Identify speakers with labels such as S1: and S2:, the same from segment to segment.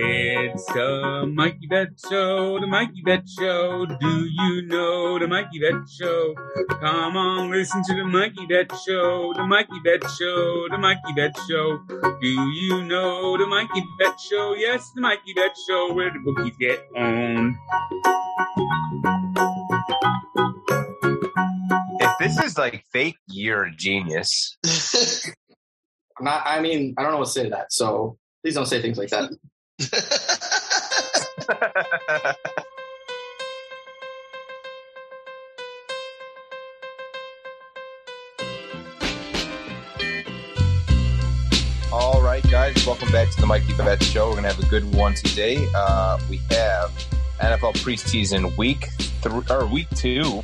S1: It's the Mikey Vet Show, the Mikey Vet Show. Do you know the Mikey Vet Show? Come on, listen to the Mikey Vet Show, the Mikey Vet Show, the Mikey Vet Show. Do you know the Mikey Vet Show? Yes, the Mikey Vet Show, where the bookies get owned.
S2: If this is like fake, you're a genius.
S3: I'm not, I mean, I don't know what to say to that. So please don't say things like that.
S2: All right, guys, welcome back to the Mikey Vet Show. We're gonna have a good one today. Uh, we have NFL preseason week three or week two.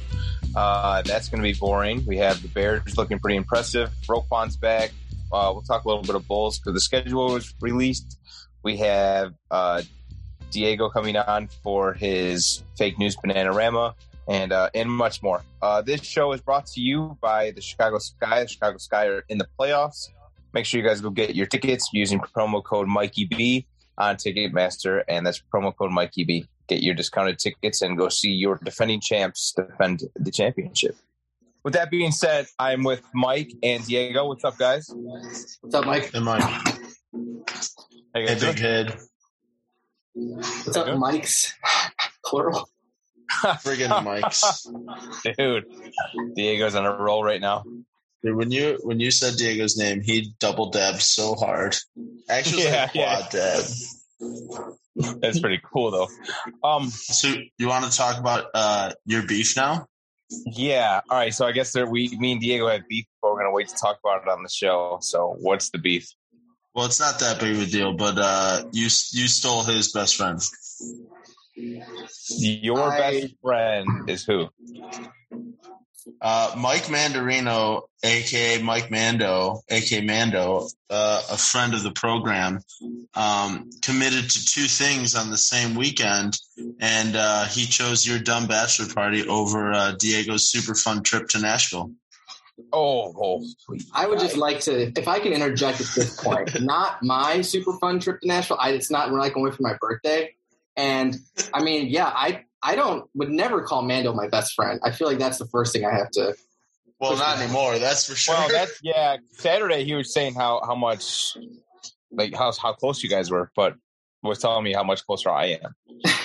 S2: Uh, that's gonna be boring. We have the Bears looking pretty impressive. Roquan's back. Uh, we'll talk a little bit of Bulls because the schedule was released. We have uh, Diego coming on for his fake news panorama and uh, and much more. Uh, this show is brought to you by the Chicago Sky. The Chicago Sky are in the playoffs. Make sure you guys go get your tickets using promo code MikeyB on Ticketmaster, and that's promo code MikeyB. Get your discounted tickets and go see your defending champs defend the championship. With that being said, I'm with Mike and Diego. What's up, guys?
S3: What's up, Mike?
S4: Am I
S2: How you
S4: a
S2: guys doing?
S4: big head?
S3: What's up, Mike's? Plural.
S4: Friggin' mics.
S2: Dude, Diego's on a roll right now.
S4: Dude, when you when you said Diego's name, he double dabbed so hard. Actually, it was like
S2: Yeah,
S4: quad dab.
S2: That's pretty cool, though. Um,
S4: So you want to talk about uh, your beef now?
S2: yeah. All right. So I guess there, we, me and Diego had beef, but we're gonna wait to talk about it on the show. So what's the beef?
S4: Well, it's not that big of a deal, but uh, you you stole his best friend.
S2: Your
S3: I-
S2: best friend is who?
S4: Uh, Mike Mandarino, aka Mike Mando, aka Mando, uh, a friend of the program, um, committed to two things on the same weekend, and uh, he chose your dumb bachelor party over uh, Diego's super fun trip to Nashville.
S2: Oh, oh,
S3: I would just like to, if I can interject at this point, not my super fun trip to Nashville. I, it's not when I can wait for my birthday. And I mean, yeah, I, I don't would never call Mando my best friend. I feel like that's the first thing I have to.
S4: Well, not anymore. That's for sure.
S2: Well, that's yeah. Saturday he was saying how how much like how how close you guys were, but was telling me how much closer I am,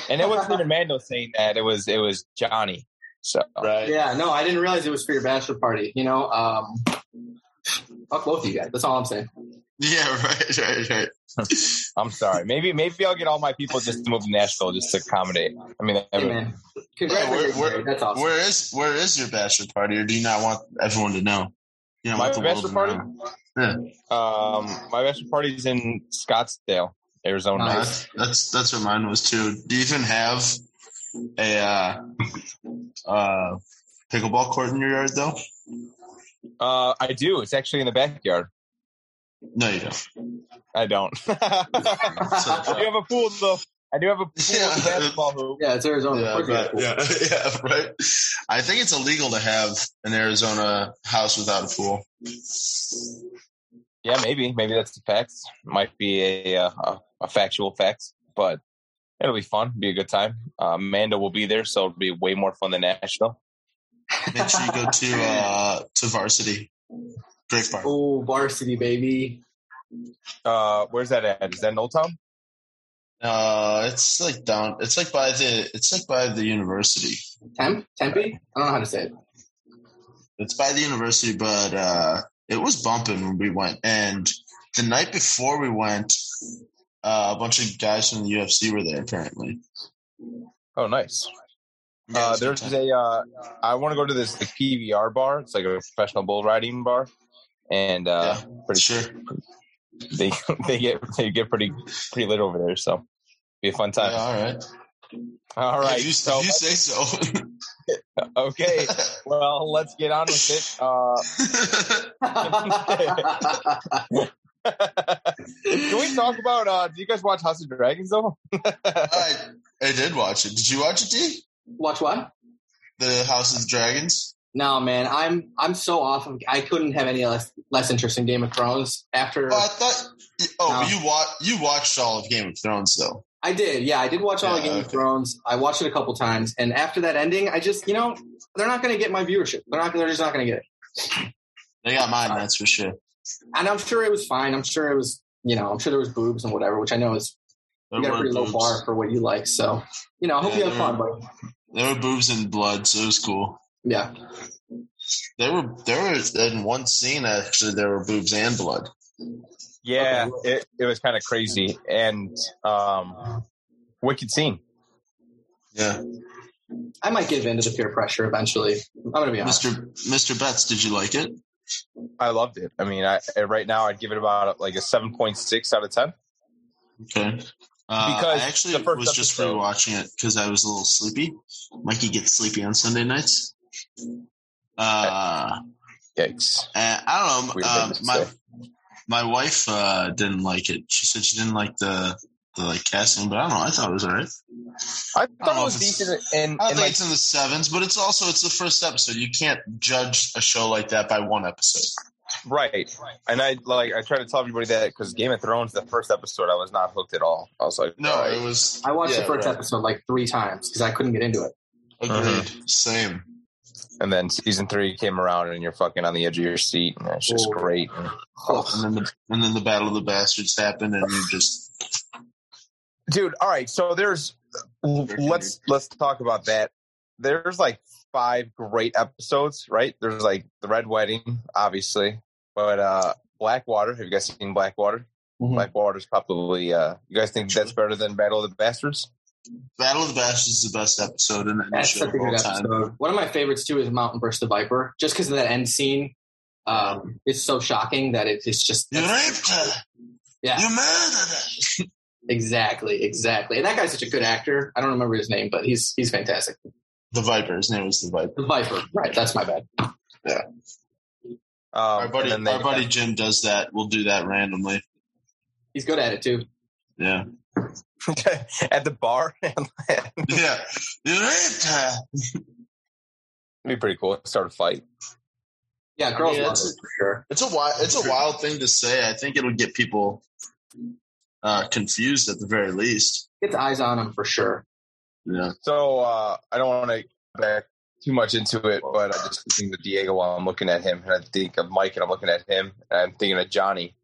S2: and it wasn't even Mando saying that. It was it was Johnny. So
S4: right.
S3: Yeah, no, I didn't realize it was for your bachelor party. You know, um, fuck both of you guys. That's all I'm saying.
S4: Yeah, right, right, right.
S2: I'm sorry. Maybe maybe I'll get all my people just to move to Nashville just to accommodate. I mean,
S3: Hey,
S2: everyone.
S3: man. Congratulations.
S4: Yeah, we're-
S3: Dave. that's awesome.
S4: Where is where is your bachelor party, or do you not want everyone to know? You don't
S2: My
S4: want the world
S2: bachelor
S4: to
S2: party?
S4: know.
S2: Um, my bachelor party's in Scottsdale, Arizona.
S3: Nice.
S4: That's that's that's what mine was too. Do you even have a uh, uh, pickleball court in your yard though?
S2: Uh, I do. It's actually in the backyard.
S4: No, you don't.
S2: I don't. I do have a pool though. I do have a pool
S4: Yeah.
S2: and basketball hoop.
S3: yeah, it's Arizona.
S4: yeah,
S3: Of course you
S4: but-
S3: got a pool.
S4: yeah, yeah, right. I think it's illegal to have an Arizona house without a pool.
S2: Yeah, maybe, maybe that's the facts. Might be a uh, a, a factual fact, but it'll be fun. Be a good time. Uh, Amanda will be there, so it'll be way more fun than Nashville.
S4: Make sure you go to uh, to varsity. Great park.
S3: Oh, varsity, baby.
S2: Uh, where's that at? Is that in Old Town?
S4: Uh, it's like down. It's like by the. It's like by the university.
S3: Temp? Tempe? I don't know how to say it.
S4: It's by the university, but uh, it was bumping when we went. And the night before we went, uh, a bunch of guys from the UFC were there. Apparently,
S2: Oh, nice.
S4: Yeah, it
S2: Uh,
S4: was a good
S2: there's
S4: time.
S2: a. Uh, I want to go to this the PBR bar. It's like a professional bull riding bar, and uh,
S4: yeah,
S2: pretty
S4: sure.
S2: they they get they get pretty pretty lit over there. So be a fun
S4: Yeah,
S2: time.
S4: all right,
S2: All right.
S4: If you,
S2: so
S4: if you say so.
S2: okay. Well, let's get on with it. Uh, can we talk about? Uh, do you guys watch House of Dragons though?
S4: I, I did watch it. Did you watch it, D?
S3: Watch what?
S4: the House of the Dragons?
S3: No, man, I'm I'm so off of. I couldn't have any less less interest in Game of Thrones after
S4: Oh, I thought. Oh,
S3: No.
S4: you watch you watched all of Game of Thrones though.
S3: I did. Yeah, I did watch all of
S4: Yeah,
S3: Game of
S4: okay.
S3: Thrones. I watched it a couple times, and after that ending, I just you know they're not going to get my viewership. They're not. They're just not going to get it.
S4: They got
S2: Uh,
S4: mine, that's for sure.
S3: And I'm sure it was fine. I'm sure it was you know I'm sure there was boobs and whatever, which I know is
S4: There
S3: you got a
S4: were
S3: pretty
S4: boobs.
S3: low bar for what you like. So you know I hope
S4: Yeah,
S3: you have
S4: there
S3: fun,
S4: were-
S3: but
S4: There were boobs and blood, so it was cool.
S3: yeah,
S4: There were there was in one scene actually there were boobs and blood.
S2: Yeah, it, it was kind of crazy and um, wicked scene.
S4: Yeah,
S3: I might give in to the peer pressure eventually. I'm going to be honest.
S4: Mr. Mr. Betts, did you like it?
S2: I loved it. I mean, I right now I'd give it about like a seven point six out of ten.
S4: Okay. Uh,
S2: Because
S4: I actually
S2: the first
S4: was just
S2: episode-
S4: rewatching it because I was a little sleepy. Mikey gets sleepy on Sunday nights. Uh,
S2: Yikes!
S4: and I don't
S2: Weird
S4: know. Um,
S2: thing to
S4: my
S2: say.
S4: my wife uh, didn't like it. She said she didn't like the the like casting, but I don't know. I thought it was alright.
S2: I thought
S4: know
S2: it was
S4: if it's-
S2: decent. And,
S4: I don't
S2: and
S4: think
S2: like,
S4: it's in the sevens, but it's also it's the first episode. You can't judge a show like that by one episode.
S2: right. And I like I try to tell everybody that because Game of Thrones, the first episode, I was not hooked at all. I was like,
S4: No,
S2: all right.
S4: it was.
S3: I watched
S4: yeah,
S3: the first
S4: right.
S3: episode like three times because I couldn't get into it.
S4: Agreed.
S2: Uh-huh.
S4: Same.
S2: and then season three came around, and you're fucking on the edge of your seat, and it's just
S3: Oh.
S2: great.
S4: And then the and then the Battle of the Bastards happened, and you just
S2: dude all right so there's let's let's talk about that there's like five great episodes right there's like the red wedding obviously but uh blackwater have you guys seen blackwater
S4: Mm-hmm.
S3: Mhm.
S2: blackwater's probably uh you guys think that's better than battle of the bastards
S4: Battle of the Bastards is the best episode in any
S3: That's
S4: show
S3: such
S4: of
S3: a good
S4: all time.
S3: episode. One of my favorites too is Mountain vs. the Viper, just because of that end scene. Um, it's so shocking that it, it's just
S4: You raped her.
S3: yeah,
S4: You murdered her.
S3: exactly, exactly. And that guy's such a good actor. I don't remember his name, but he's he's fantastic.
S4: The Viper. His name was the Viper.
S3: The Viper, right? That's my bad.
S2: um,
S4: our buddy,
S2: and then they-
S4: our buddy Jim does that. We'll do that randomly.
S3: He's good at it too.
S4: Yeah.
S2: at the bar it'd
S4: yeah. You raped her.
S2: be pretty cool start a fight
S3: Yeah, girls
S4: Yeah,
S3: love
S4: it's-
S3: it for sure.
S4: It's a wild, it's a wild thing to say. I think it'll get people uh, confused at the very least.
S3: Gets eyes on him for sure.
S4: Yeah.
S2: so uh i don't want to back too much into it but i just think of diego while i'm looking at him and i think of mike and i'm looking at him and i'm thinking of johnny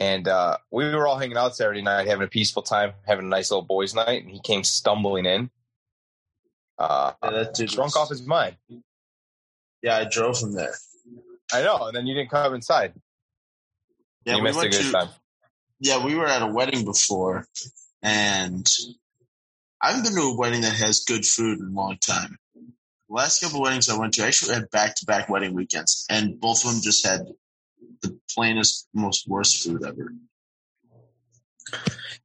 S2: and uh, we were all hanging out Saturday night, having a peaceful time, having a nice little boys' night, and he came stumbling in, uh,
S4: Yeah, that dude
S2: drunk
S4: was-
S2: off his mind.
S4: Yeah, I drove him there.
S2: I know, and then you didn't come inside.
S4: Yeah,
S2: you missed a good time.
S4: yeah, we were at a wedding before, and I haven't been to a wedding that has good food in a long time. The last couple weddings I went to, I actually had back to back wedding weekends, and both of them just had the plainest, most worst food ever.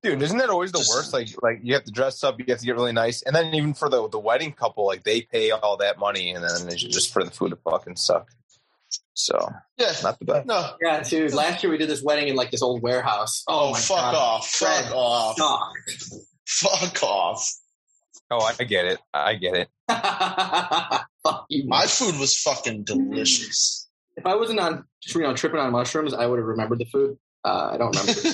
S2: Dude, isn't that always the
S4: Just-
S2: worst? Like, like you have to dress up, you have to get really nice, and then even for the the wedding couple, like they pay all that money, and then it's just for the food to fucking suck. So
S4: Yeah,
S2: not the best.
S4: no.
S3: Yeah, dude. Last year we did this wedding in like this old warehouse. Oh,
S4: Oh,
S3: my
S4: fuck
S3: God.
S4: off! Fuck
S3: Fred.
S4: off!
S3: Fuck.
S4: Fuck off!
S2: Oh, I get it. I get it.
S3: fuck you.
S4: My food was fucking delicious.
S3: If I wasn't on you know tripping on mushrooms, I would have remembered the food. Uh, I don't remember.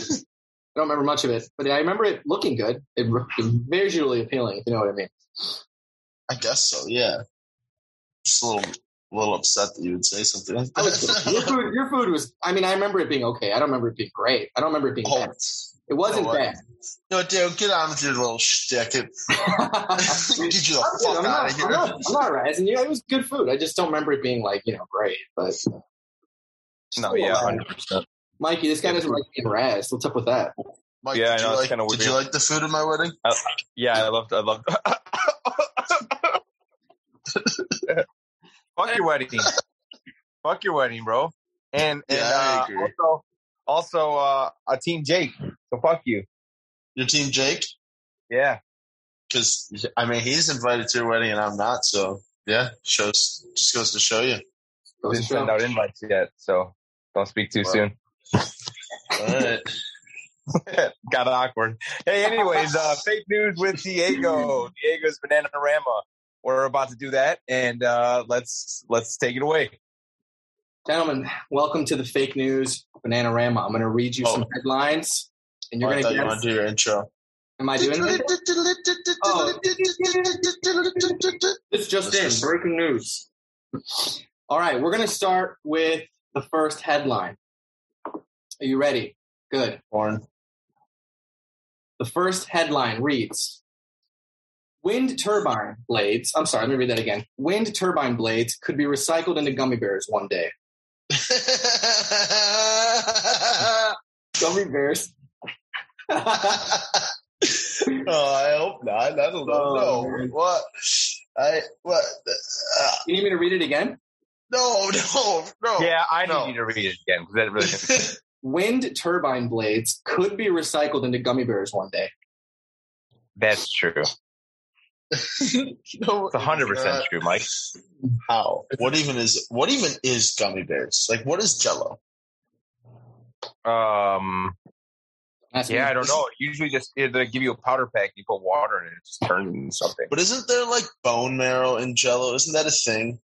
S3: I don't remember much of it, but I remember it looking good. It looked visually appealing, if you know what I mean.
S4: I guess so. Yeah, just a little, a little upset that you would say something like
S3: I was, your,
S4: that.
S3: food, your food was, I mean, I remember it being okay. I don't remember it being great. I don't remember it being
S4: Oh,
S3: bad. It wasn't
S4: no, uh, I-
S3: bad.
S4: no, dude, get on with your little shtick. It,
S3: I'm,
S4: get you the fuck
S3: not,
S4: out of here.
S3: I'm, not, I'm not razzing you. It was good food. I just don't remember it being like, you know, great. But
S4: Oh,
S2: No, yeah, hundred percent.
S3: Mikey, this guy doesn't like being razzed. What's up with that?
S4: Mike,
S2: Yeah, I
S4: did,
S2: know,
S4: you
S2: it's
S4: like,
S2: kinda
S4: did
S2: weird.
S4: you like the food at my wedding?
S2: Yeah, I loved. I loved. Fuck your wedding. Fuck your wedding, bro. And and
S4: Yeah, I
S2: uh,
S4: agree.
S2: also also uh, a team Jake. So fuck you.
S4: Your team, Jake?
S2: Yeah.
S4: Because I mean, he's invited to your wedding and I'm not. So yeah, shows just goes to show you.
S3: Goes to
S2: Didn't
S4: uh,
S3: show.
S2: send out invites yet, so don't speak too
S4: Wow.
S2: soon.
S4: All right,
S2: Got awkward. Hey, anyways, uh, fake news with Diego. Diego's Bananarama. we're about to do that, and uh, let's let's take it away.
S3: Gentlemen, welcome to the fake news Bananarama. I'm going to read you
S4: Oh.
S3: some headlines, and
S4: Oh,
S3: you're
S4: I
S3: going
S4: thought
S3: to
S4: you
S3: guess.
S4: wanted to do your intro.
S3: Am I doing it? It's just in.
S4: This is-
S3: Breaking news. All right, we're going to start with the first headline. Are you ready? Good.
S4: Porn.
S3: The first headline reads Wind turbine blades. I'm sorry, let me read that again. Wind turbine blades could be recycled into gummy bears one day.
S4: oh,
S3: Gummy bears.
S4: oh, I hope not. I don't know.
S3: Oh,
S4: No.
S3: man.
S4: What? I what? Uh,
S3: you need me to read it again?
S4: no, no, no.
S2: Yeah, I
S4: Oh, No.
S2: need you to read it again because that really.
S3: Wind turbine blades could be recycled into gummy bears one day.
S2: That's true.
S4: no,
S2: It's hundred percent
S4: not.
S2: true, Mike.
S4: How? What even is? What even is gummy bears? Like, what is Jello?
S2: Um,
S3: That's
S2: yeah,
S3: me.
S2: I don't know. Usually, just they give you a powder pack, you put water in it, it just turns into something.
S4: But isn't there like bone marrow in Jello? Isn't that a thing?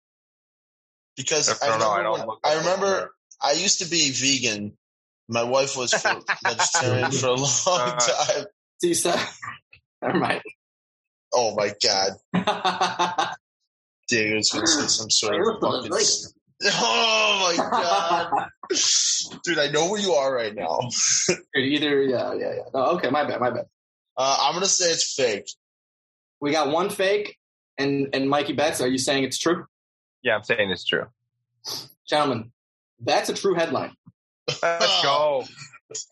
S4: Because
S2: I
S4: I,
S2: don't know.
S4: remember,
S2: I don't
S4: when-
S2: look
S4: I,
S2: up
S4: remember
S2: bone
S4: I used to be vegan. My wife was for vegetarian for a long
S2: Uh.
S4: time.
S3: See, so, never mind.
S4: Oh my god,
S3: I
S4: Diego's gonna say some sort
S3: You're
S4: of
S3: full of
S4: fucking.
S3: liquor.
S4: Oh my god, dude! I know where you are right now.
S3: Either, yeah, yeah, yeah. Oh, okay, my bad, my bad.
S4: Uh, I'm gonna say it's fake.
S3: We got one fake, and and Mikey Betts, are you saying it's true,
S2: Yeah, I'm saying it's true.
S3: gentlemen? That's a true headline,
S2: Let's go.
S4: Oh.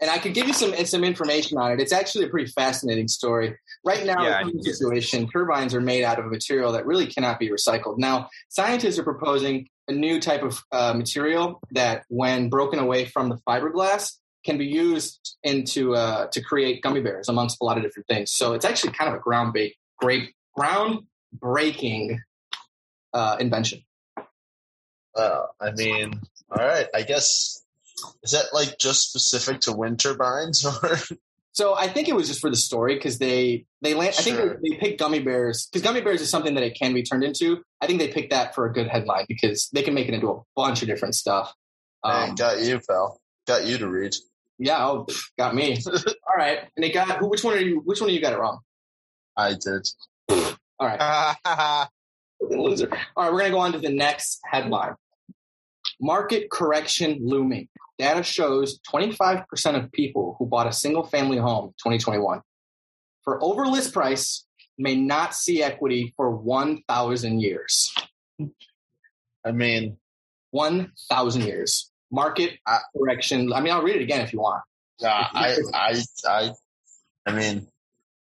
S3: and I could give you some some information on it. It's actually a pretty fascinating story. Right
S2: Yeah,
S3: now, in the
S2: I-
S3: current situation, turbines are made out of a material that really cannot be recycled. Now, scientists are proposing a new type of uh, material that, when broken away from the fiberglass, can be used into uh, to create gummy bears, amongst a lot of different things. So it's actually kind of a ground ba- great groundbreaking uh, invention.
S4: Uh, I mean, all right. I guess is that like just specific to wind turbines, or
S3: So I think it was just for the story because they they land. I
S4: Sure.
S3: think they, they picked gummy bears because gummy bears is something that it can be turned into. I think they picked that for a good headline because they can make it into a bunch of different stuff.
S4: Hey,
S3: Um,
S4: got you, pal? Got you to read.
S3: yeah, oh, pff, got me. All right, and it got who- which one are you? Which one of you got it wrong?
S4: I did.
S3: All right, loser. All right, we're gonna go on to the next headline. Market correction looming. Data shows 25% of people who bought a single family home in 2021 for over list price may not see equity for 1,000 years.
S4: I mean,
S3: 1,000 years. Market
S4: Uh,
S3: correction. I mean, I'll read it again if you want.
S4: uh, I, I, I, I mean,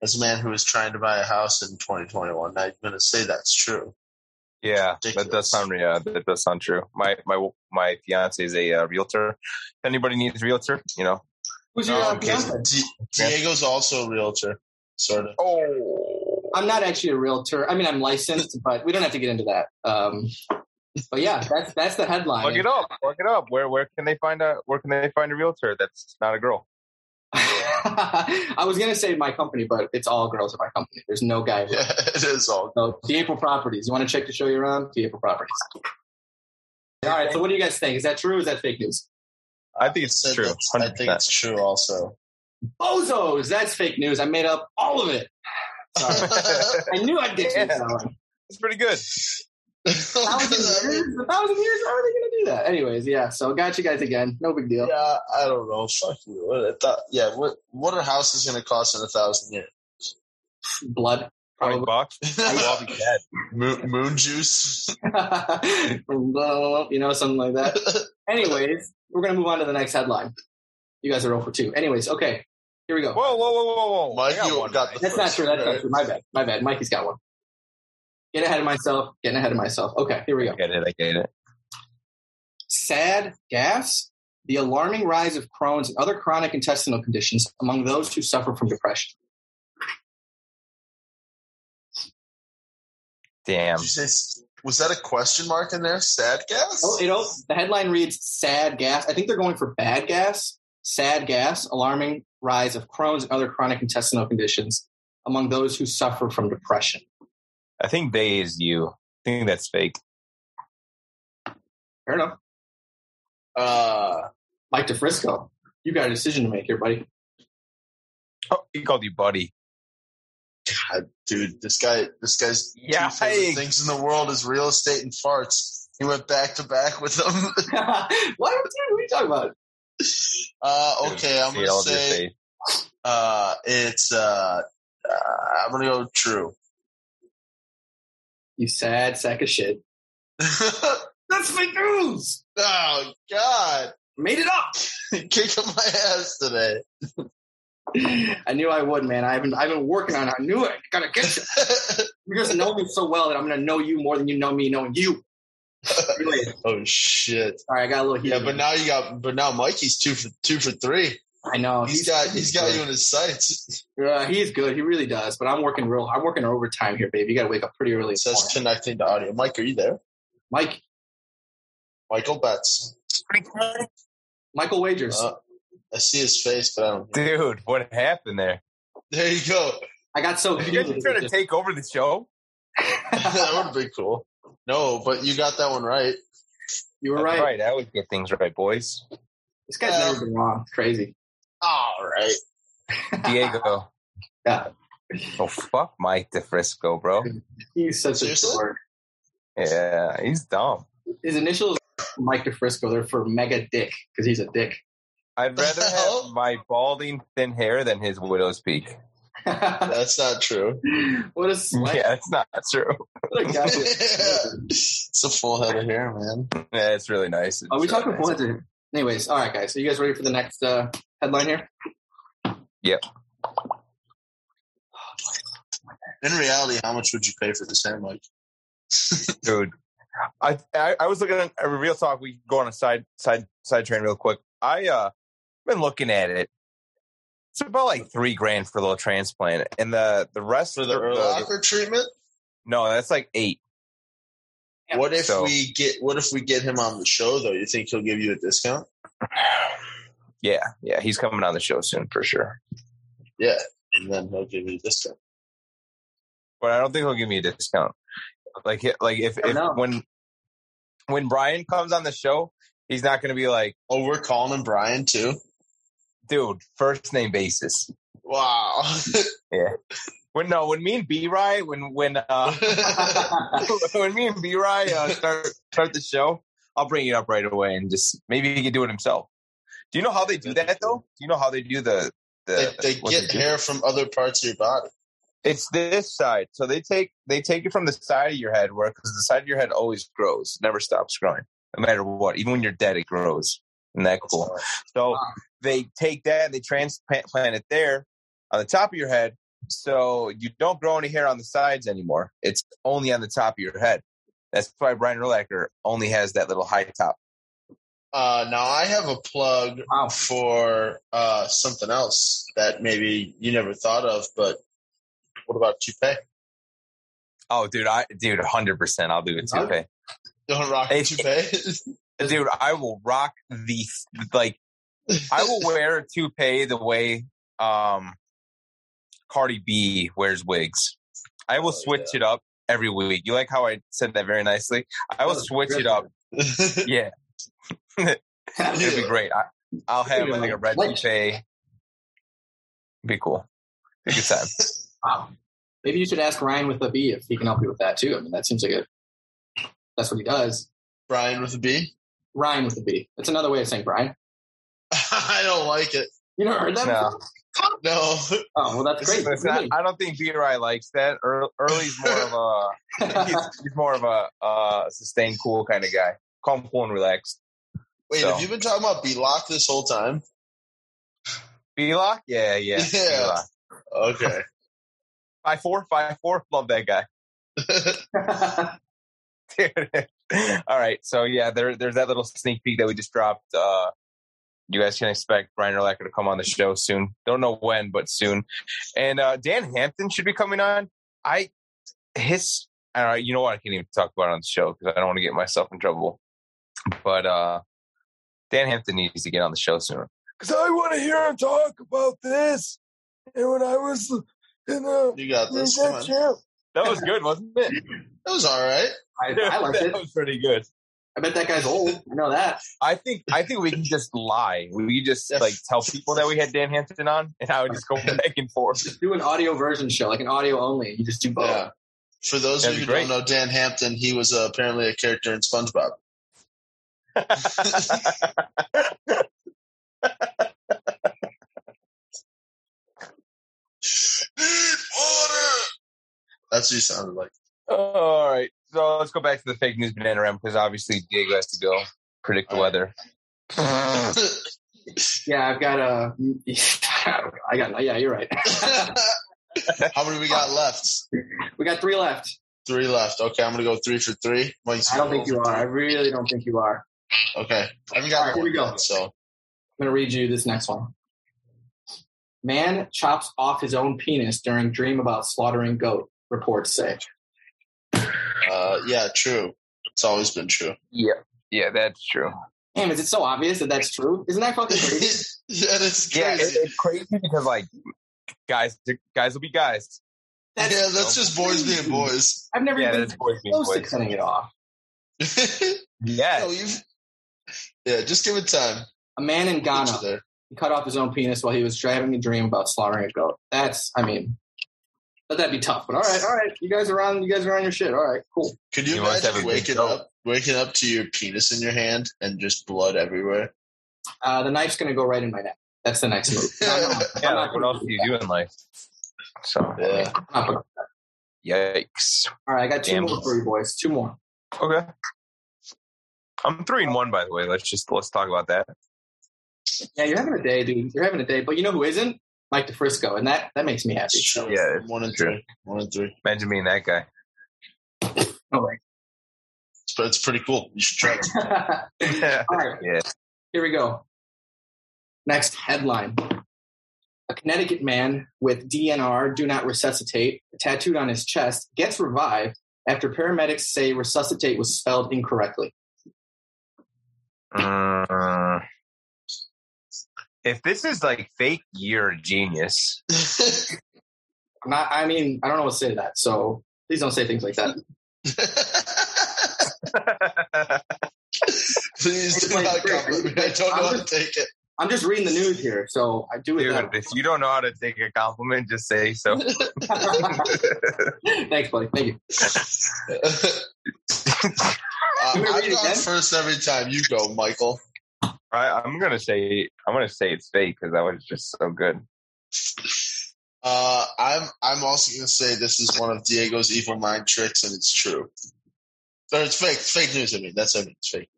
S4: as a man who was trying to buy a house in 2021, I'm going to say that's true.
S2: Yeah, that
S4: Ridiculous.
S2: does sound yeah, that does sound true. My my my fiance is a uh, realtor. If anybody needs a realtor, you know.
S3: Who's your
S2: No,
S3: uh,
S2: I'm
S4: Okay,
S2: kidding.
S3: fiance?
S4: Di- Diego's also a realtor, sort of.
S2: Oh,
S3: I'm not actually a realtor. I mean, I'm licensed, but we don't have to get into that. Um, but yeah, that's that's the headline.
S2: plug it up, plug it up. Where where can they find a where can they find a realtor that's not a girl?
S3: I was gonna say my company, but it's all girls at my company. There's no guy.
S4: Yeah, it is all.
S3: So the April properties. You want to check the show you're on? The April properties. All right. So what do you guys think? Is that true? Or is that fake news?
S2: I think it's
S4: Said
S2: true.
S4: that's- I think
S2: 100%.
S4: it's true also.
S3: Bozos. That's fake news. I made up all of it. Sorry. I knew I'd get you.
S2: Yeah.
S3: that one.
S2: It's pretty good.
S3: thousand years, a thousand years. How are they going to do that? Anyways, yeah. So got you guys again. No big deal.
S4: Yeah, I don't know. Fuck you. What I thought, yeah, what what are houses going to cost in a thousand years?
S3: Blood,
S2: Twenty
S3: probably.
S2: bucks. We'll all be dead.
S4: moon, moon juice.
S3: you know, something like that. Anyways, we're going to move on to the next headline. You guys are over two. Anyways, okay. Here we go.
S2: Whoa, whoa, whoa, whoa, whoa!
S4: Mike,
S2: I got
S4: you
S2: one.
S4: got the
S3: That's not
S4: first
S3: true. That's not
S4: right?
S3: true. My bad. My bad. Mikey's got one. Get ahead of myself. Getting ahead of myself. Okay. Here we go.
S2: I get it. I get it.
S3: sad gas, the alarming rise of Crohn's and other chronic intestinal conditions among those who suffer from depression.
S2: Damn.
S4: Did you say s- was that a question mark in there? Sad gas?
S3: Oh, it op- the headline reads sad gas. I think they're going for bad gas. Sad gas, alarming rise of Crohn's and other chronic intestinal conditions among those who suffer from depression.
S2: I think they is you. I think that's fake.
S3: Fair enough. Uh, Mike DeFrisco, you got a decision to make here, buddy.
S2: Oh, he called you buddy.
S4: God, dude, this guy, this guy's two
S2: Yikes.
S4: favorite things in the world is real estate and farts. He went back to back with them.
S3: what? Dude, what are you talking about?
S4: Uh, okay, I'm
S2: See it
S4: gonna
S2: all over your
S4: say
S2: face.
S4: uh, it's. Uh, uh, I'm gonna go true.
S3: You sad sack of shit. That's fake news.
S4: oh God,
S3: Made it up.
S4: kick up my ass today.
S3: I knew I would, man. I've been I've been working on it. I knew it. Gotta get you. You just know me so well that I'm gonna know you more than you know me knowing you. Really.
S4: oh shit.
S3: Sorry, I got a little heated.
S4: Yeah, but now you got, but now Mikey's two for two for three.
S3: I know
S4: He's got, he's got
S3: good.
S4: you in his sights.
S3: Yeah, he's good. He really does. But I'm working real. I'm working overtime here, babe. You gotta wake up pretty early.
S4: It says connecting to audio. Mike, are you there?
S3: Mike,
S4: Michael Betts.
S3: Michael Wagers.
S4: Uh, I see his face, but I don't.
S2: Dude, what happened there?
S4: There you go.
S3: I got so
S2: You guys are trying to take over the show?
S4: that would be cool. No, but you got that one right.
S3: you were
S2: That's
S3: right.
S2: I always get things right, boys.
S3: This guy's
S4: Uh,
S3: never been wrong. It's crazy.
S4: All right.
S2: Diego.
S3: Yeah.
S2: Oh, fuck Mike DeFrisco, bro.
S3: He's such
S4: Seriously?
S3: a dork.
S2: Yeah, he's dumb.
S3: His initials, Mike DeFrisco, they're for mega dick because he's a dick.
S2: I'd
S4: The
S2: rather
S4: hell?
S2: have my balding thin hair than his widow's peak.
S3: what
S4: That's not true.
S3: a slight.
S2: Yeah, that's not true.
S3: What a guy.
S4: it's a full head of hair, man.
S2: Yeah, it's really nice. It's
S3: Are we
S2: really
S3: talking
S2: nice.
S3: points? or- Anyways, all right, guys. So you guys ready for the next uh, headline here?
S4: In reality, how much would you pay for this hair, Mike?
S2: dude. I, I I was looking at a real talk. We go on a side side side train real quick. I uh been looking at it. It's about like three grand for a little transplant, and the the rest
S4: For the Erlocker treatment?
S2: no, that's like eight.
S3: Yeah.
S4: What if
S2: So-
S4: we get what if we get him on the show though? You think he'll give you a discount?
S2: Yeah, yeah, he's coming on the show soon for sure.
S4: Yeah. And then he'll give you a discount.
S2: But I don't think he'll give me a discount. Like like if,
S4: Oh,
S3: don't
S2: if
S3: know.
S2: when when Brian comes on the show, he's not going to be like,
S4: Oh, we're calling him Brian too.
S2: dude, first name basis.
S4: Wow.
S2: When no, when me and B Rye, when when uh when me and B Rye uh, start start the show, I'll bring it up right away and just maybe he can do it himself. Do you know how they do that though? Do you know how they do the
S4: they
S2: the
S4: they
S2: what
S4: get
S2: do?
S4: hair from other parts of your body.
S2: It's this side, so they take they take it from the side of your head, where because the side of your head always grows, never stops growing, no matter what. Even when you're dead, it grows. Isn't that cool? So they take that and they transplant it there on the top of your head. So you don't grow any hair on the sides anymore. It's only on the top of your head. That's why Brian Erlacher only has that little high top.
S4: Uh, now I have a plug
S3: Wow.
S4: for uh, something else that maybe you never thought of, but what about toupee?
S2: Oh, dude, I dude, hundred percent. I'll do it too. Okay,
S4: Don't rock
S2: Hey.
S4: a toupee.
S2: dude, I will rock the like. I will wear a toupee the way um Cardi B wears wigs. I will
S4: Oh,
S2: switch it up every week. You like how I said that very nicely? I will
S3: That was
S2: switch
S3: good.
S2: it up. Yeah, it'll be great. I, I'll have like a red
S3: Like-
S2: toupee. Be cool. Be a good time.
S3: Wow. Maybe you should ask Ryan with a B if he can help you with that too. I mean, that seems like a that's what he does.
S4: Brian with a B.
S3: Ryan with a B. That's another way of saying Brian.
S4: I don't like it.
S3: You never heard that?
S2: No.
S3: before?
S4: No.
S3: Oh well, that's great.
S2: But it's not- I don't think BRI likes that. Ear- Early's more of a. he's, he's more of a uh, sustained, cool kind of guy. Calm, cool, and relaxed.
S4: Wait,
S2: So.
S4: have you been talking about B lock this whole time?
S2: Belock? Yeah, yeah.
S4: Yeah.
S2: Belock.
S4: Okay.
S2: Five four, five four. Love that guy. Dude. All right. So yeah, there, there's that little sneak peek that we just dropped. Uh, you guys can expect Brian Erlacher to come on the show soon. Don't know when, but soon. And uh, Dan Hampton should be coming on. I his I don't know, you know what I can't even talk about it on the show because I don't want to get myself in trouble. But uh, Dan Hampton needs to get on the show sooner. Cause I want to hear him talk about this. And when I was in the
S4: you got this. Come on.
S2: chair, That was good, wasn't it?
S4: That was all right.
S3: I, I liked
S2: that
S3: it.
S2: was pretty good.
S3: I bet that guy's old. I know that.
S2: I think I think we can just lie. We can just like tell people that we had Dan Hansen on, and I would just go back and forth.
S3: Just do an audio version show, like an audio only. You just do both.
S4: Yeah. For those
S2: That'd
S4: of you
S2: be
S4: who don't know Dan Hampton, he was uh, apparently a character in SpongeBob. Need order. That's what he sounded like.
S2: All right, so let's go back to the fake news banana ram because obviously Diego has to go predict the
S4: All right.
S2: weather.
S3: Uh. Yeah, I've got a. I got. Yeah, you're right.
S4: How many we got left?
S3: we got three left.
S4: Three left. Okay, I'm gonna go three for three. Mike's
S3: I don't think you are. I really don't think you are.
S4: Okay, I haven't
S3: All
S4: got
S3: right, here we go.
S4: one, so
S3: I'm going to read you this next one. Man chops off his own penis during dream about slaughtering goat, reports say.
S4: uh, yeah, true. It's always been true.
S2: Yeah, yeah, that's true.
S3: Damn, is it so obvious that that's true? Isn't that fucking crazy?
S4: that is crazy.
S2: Yeah, it, it's crazy because like guys, guys will be guys.
S3: That's,
S4: yeah, that's just boys being boys.
S3: I've never
S2: Yeah,
S3: even
S2: that's
S3: been
S2: boys being
S3: close to
S2: boys.
S3: cutting it off.
S2: Yeah,
S4: No, you've- yeah, just give it time.
S3: A man in
S4: Get you
S3: Ghana
S4: there.
S3: cut off his own penis while he was having a dream about slaughtering a goat. That's, I mean, let that be tough. But all right, all right, you guys are on, you guys are on your shit. All right, cool.
S4: Could you,
S2: You must have
S4: imagine
S2: a big
S4: waking
S2: toe.
S4: up, waking up to your penis in your hand and just blood everywhere?
S3: Uh, the knife's going to go right in my neck. That's the next move. No, no, I'm
S2: yeah.
S3: not
S2: Like, what
S3: gonna
S2: else
S3: do
S2: do you do in life? So
S4: Yeah.
S3: that. I'm not gonna-
S2: yikes.
S3: All right, I got two
S2: Damn.
S3: more for you boys. Two more.
S2: Okay. I'm three and one, by the way. Let's just let's talk about that.
S3: Yeah, you're having a day, dude. You're having a day. But you know who isn't? Mike DeFrisco, and that that makes me happy.
S4: It's true.
S2: Yeah, it's
S4: one and
S2: true.
S4: three. One and three.
S2: Imagine being that guy.
S3: All right.
S4: It's, but it's pretty cool. You should try it.
S3: All right.
S2: Yeah.
S3: Here we go. Next headline. A Connecticut man with DNR, do not resuscitate, tattooed on his chest, gets revived after paramedics say resuscitate was spelled incorrectly.
S2: Mm. if this is like fake, you're a genius.
S3: I'm not, I mean, I don't know what to say to that, so please don't say things like that.
S4: Please do not compliment me. I don't know how to take it.
S3: I'm just reading the news here, so I do it.
S2: Dude,
S3: that
S2: if you don't know how to take a compliment, just say so.
S3: way. Thanks, buddy. Thank you.
S4: Uh,
S3: Can we read
S4: I've
S3: it
S4: gone
S3: again?
S4: first every time. You go, Michael.
S2: I, I'm gonna say I'm gonna say it's fake because that was just so good.
S4: Uh, I'm I'm also gonna say this is one of Diego's evil mind tricks, and it's true. Or it's fake. It's fake news. I mean, that's I mean, it's fake.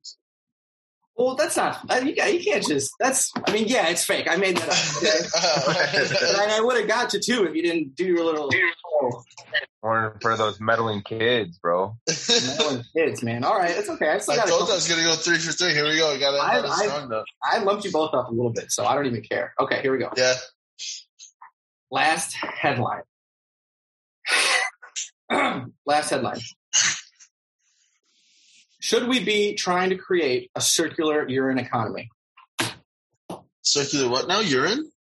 S3: Well, that's not. I, yeah, you can't just. That's. I mean, yeah, it's fake. I made that up. okay? and I, would have got you too if you didn't do your little
S2: Or for those meddling kids, bro.
S3: meddling kids, man. All right, it's okay. I still
S4: I
S3: got. a
S4: told you I
S3: couple-
S4: was gonna go three for three. Here we go. We got
S3: I-
S4: to end on a
S3: I-
S4: strong note.
S3: I lumped you both up a little bit, so I don't even care. Okay, here we go.
S4: Yeah.
S3: Last headline. Last headline. Should we be trying to create a circular urine economy?
S4: Circular what now? Urine?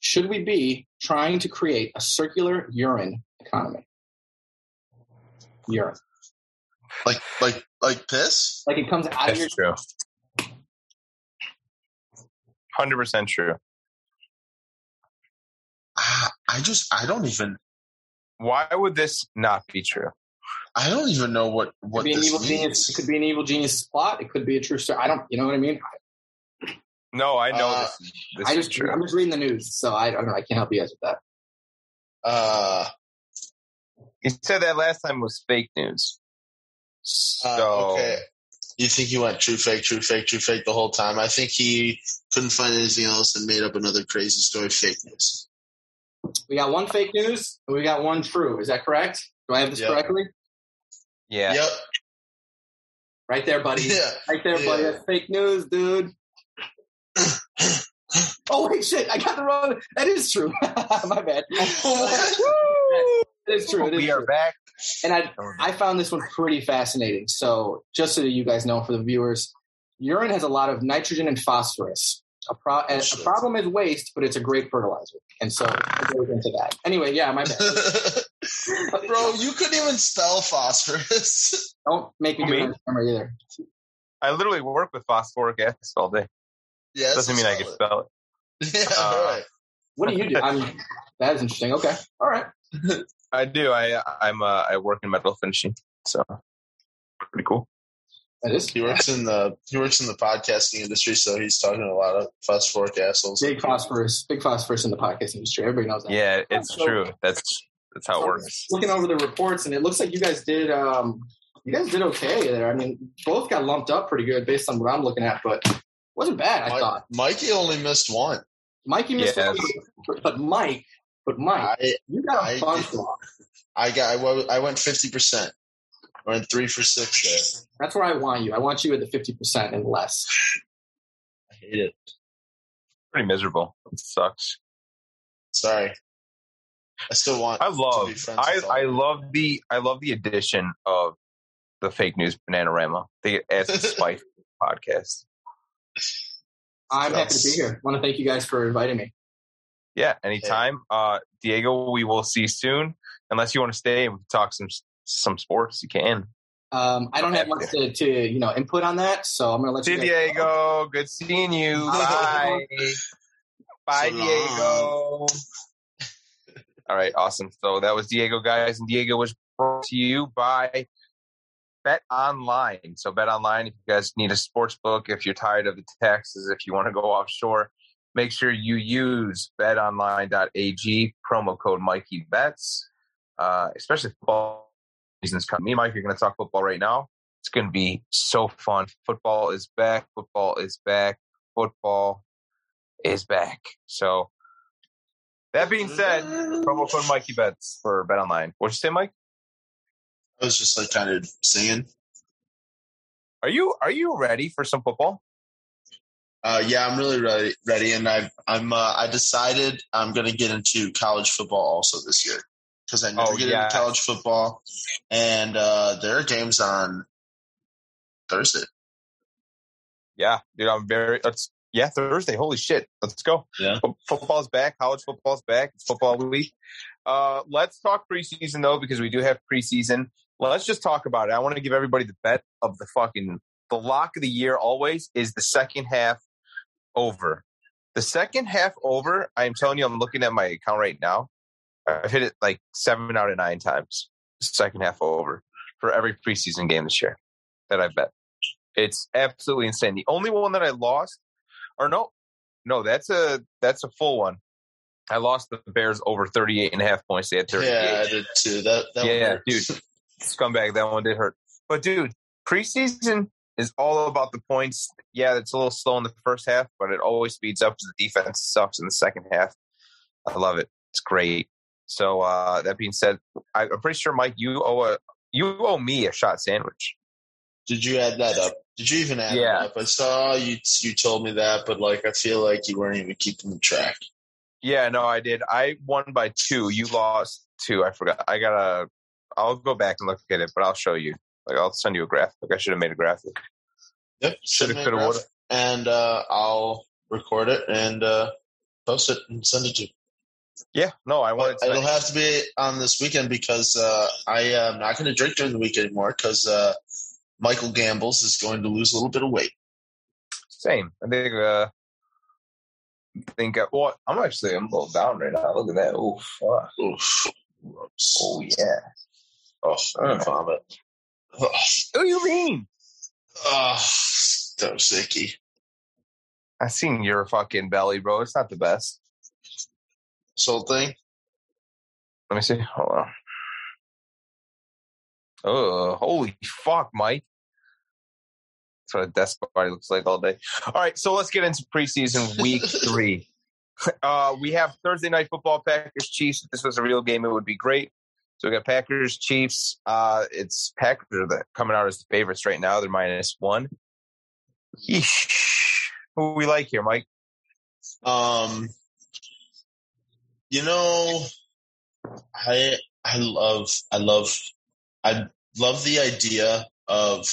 S3: Should we be trying to create a circular urine economy? Urine.
S4: Like like like piss?
S3: Like it comes out of your
S2: That's true. Hundred percent true.
S4: Ah, I just I don't even
S2: Why would this not be true?
S4: I don't even know what what
S3: could be an
S4: this
S3: evil genius. It
S4: means.
S3: could be an evil genius plot. It could be a true story. I don't. You know what I mean?
S2: No, I know
S4: Uh,
S2: this, is- this
S3: I
S2: is
S3: just.
S2: true.
S3: I'm just reading the news, so I, I don't know. I can't help you guys with that.
S4: Uh,
S2: He said that last time was fake news. So
S4: uh, okay. You think he went true fake, true fake, true fake the whole time? I think he couldn't find anything else and made up another crazy story fake news.
S3: We got one fake news and we got one true. Is that correct? Do I have this
S4: Yeah.
S3: correctly?
S2: yeah.
S4: Yep.
S3: Right there, buddy.
S4: Yeah.
S3: Right there, buddy.
S4: Yeah.
S3: That's fake news, dude. oh wait, shit! I got the wrong. That is true. My bad.
S4: What?
S3: That is true. It is
S2: we are
S3: true.
S2: back.
S3: And I, I found this one pretty fascinating. So, just so that you guys know, for the viewers, urine has a lot of nitrogen and phosphorus. A, pro-
S2: Oh,
S3: a, a problem is waste, but it's a great fertilizer. And so it goes into that. Anyway, yeah, my bad.
S4: Bro, you couldn't even spell phosphorus.
S3: Don't make me do
S2: Me?
S3: it on camera either.
S2: I literally work with phosphoric acid all day.
S4: yes,
S2: Doesn't mean I can
S4: spell
S2: spell it.
S4: it. Yeah,
S2: uh,
S4: right.
S3: What do you do? I'm, that is interesting. Okay. All right.
S2: I do. I I'm uh, I work in metal finishing, so pretty cool.
S3: That is
S4: He works in the he works in the podcasting industry, so he's talking to a lot of phosphoric assholes.
S3: big phosphorus. Big phosphorus in the podcast industry. Everybody knows that.
S2: Yeah, it's
S3: So-
S2: true. That's that's how it
S3: So,
S2: works.
S3: Looking over the reports, and it looks like you guys did. Um, you guys did okay there. I mean, both got lumped up pretty good based on what I'm looking at, but wasn't bad. I
S4: Mi-
S3: thought
S4: Mikey only missed one.
S3: Mikey missed
S2: Yes.
S3: one, but Mike, but Mike,
S4: I
S3: you got
S4: I
S3: a bunch
S4: did.
S3: wrong.
S4: I got I, wa- I went fifty percent. We're in three for six there.
S3: That's where I want you. I want you at the fifty percent and less.
S4: I hate it.
S2: Pretty miserable. It sucks.
S4: Sorry. I still want.
S2: I
S4: To be
S2: love
S4: friends
S2: I
S4: with all
S2: I
S4: of you.
S2: love the I love the addition of the fake news Bananarama. They add some spice to the podcast.
S3: I'm happy
S4: Yes.
S3: to be here. want to thank you guys for inviting me.
S2: Yeah, anytime. Uh, Diego, we will see soon. Unless you want to stay and we can talk some some sports, you can.
S3: Um, I don't have
S2: Okay.
S3: much to, to you know input on that, so I'm gonna let
S2: See
S3: you. Guys
S2: Diego. Good seeing you. Bye. Bye,
S4: So long.
S2: Diego. All right, awesome. So that was Diego, guys, and Diego was brought to you by Bet Online. So Bet Online, if you guys need a sports book, if you're tired of the taxes, if you want to go offshore, make sure you use BetOnline.ag promo code Mikey Bets. Uh, especially football season's coming. Me and Mike are going to talk football right now. It's going to be so fun. Football is back. Football is back. Football is back. So that being said, promo code Mikey Bets for Bet Online. What'd you say, Mike?
S4: I was just like kind of singing.
S2: Are you are you ready for some football?
S4: Uh, yeah, I'm really ready, ready, and I, I'm. Uh, I decided I'm going to get into college football also this year because I never
S2: Oh,
S4: get
S2: yeah.
S4: into college football, and uh, there are games on Thursday.
S2: Yeah, dude. I'm very. It's, yeah, Thursday. Holy shit. Let's go.
S4: Yeah.
S2: Fo- Football's back. College football's back. It's football week. Uh, let's talk preseason though, because we do have preseason. Let's just talk about it. I want to give everybody the bet of the fucking the lock of the year. Always is the second half over. The second half over. I am telling you, I'm looking at my account right now. I've hit it like seven out of nine times. Second half over for every preseason game this year that I bet. It's absolutely insane. The only one that I lost, or no, no, that's a that's a full one. I lost the Bears over 38 and a half points. They had 38
S4: Yeah, I did too. That that
S2: Yeah,
S4: one hurts.
S2: scumbag. That one did hurt. But dude, preseason is all about the points. Yeah, it's a little slow in the first half, but it always speeds up because the defense sucks in the second half. I love it. It's great. So uh, that being said, I, I'm pretty sure Mike, you owe a you owe me a shot sandwich.
S4: Did you add that up? Did you even add
S2: Yeah.
S4: it up? I saw you. You told me that, but like I feel like you weren't even keeping track.
S2: Yeah, no, I did. I won by two. You lost two. I forgot. I gotta. I'll go back and look at it, but I'll show you. Like I'll send you a graphic. I should have made a graphic.
S4: Yep.
S2: Shoulda,
S4: Send me a
S2: coulda,
S4: graphic,
S2: woulda.
S4: And uh, I'll record it and uh, post it and send it to you.
S2: Yeah, no, I wanted
S4: But
S2: to.
S4: it'll have to be on this weekend because uh, I am not going to drink during the week anymore because uh, Michael Gambles is going to lose a little bit of weight.
S2: Same. I think. uh I Think. uh, Well, I'm actually. I'm a little down right now. Look at that. Oh fuck.
S4: Oof.
S2: Oh yeah.
S4: Oh, I'm gonna vomit. Oh,
S2: What do you mean?
S4: that was icky.
S2: I seen your fucking belly, bro. It's not the best.
S4: This whole thing.
S2: Let me see. Hold on. Oh, holy fuck, Mike. That's what a desk body looks like all day. All right, so let's get into preseason week three. Uh, we have Thursday night football, Packers, Chiefs. If this was a real game, it would be great. So we got Packers, Chiefs. Uh, it's Packers are the, coming out as the favorites right now. They're minus one. Yeesh. Who we like here, Mike?
S4: Um, you know, I I love I love I love the idea of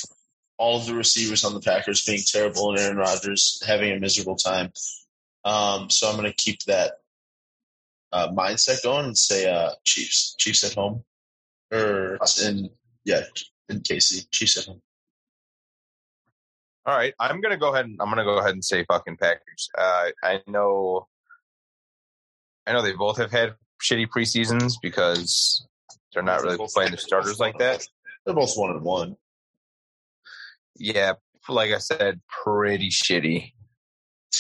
S4: all of the receivers on the Packers being terrible and Aaron Rodgers having a miserable time. Um, so I'm going to keep that uh, mindset going and say uh, Chiefs. Chiefs at home. Or in, yeah, in KC. Chiefs at home.
S2: All right, I'm gonna go ahead and I'm gonna go ahead and say fucking Packers. Uh, I know, I know they both have had shitty preseasons because they're not really playing the starters like that.
S4: They're both one and one.
S2: Yeah, like I said, pretty shitty.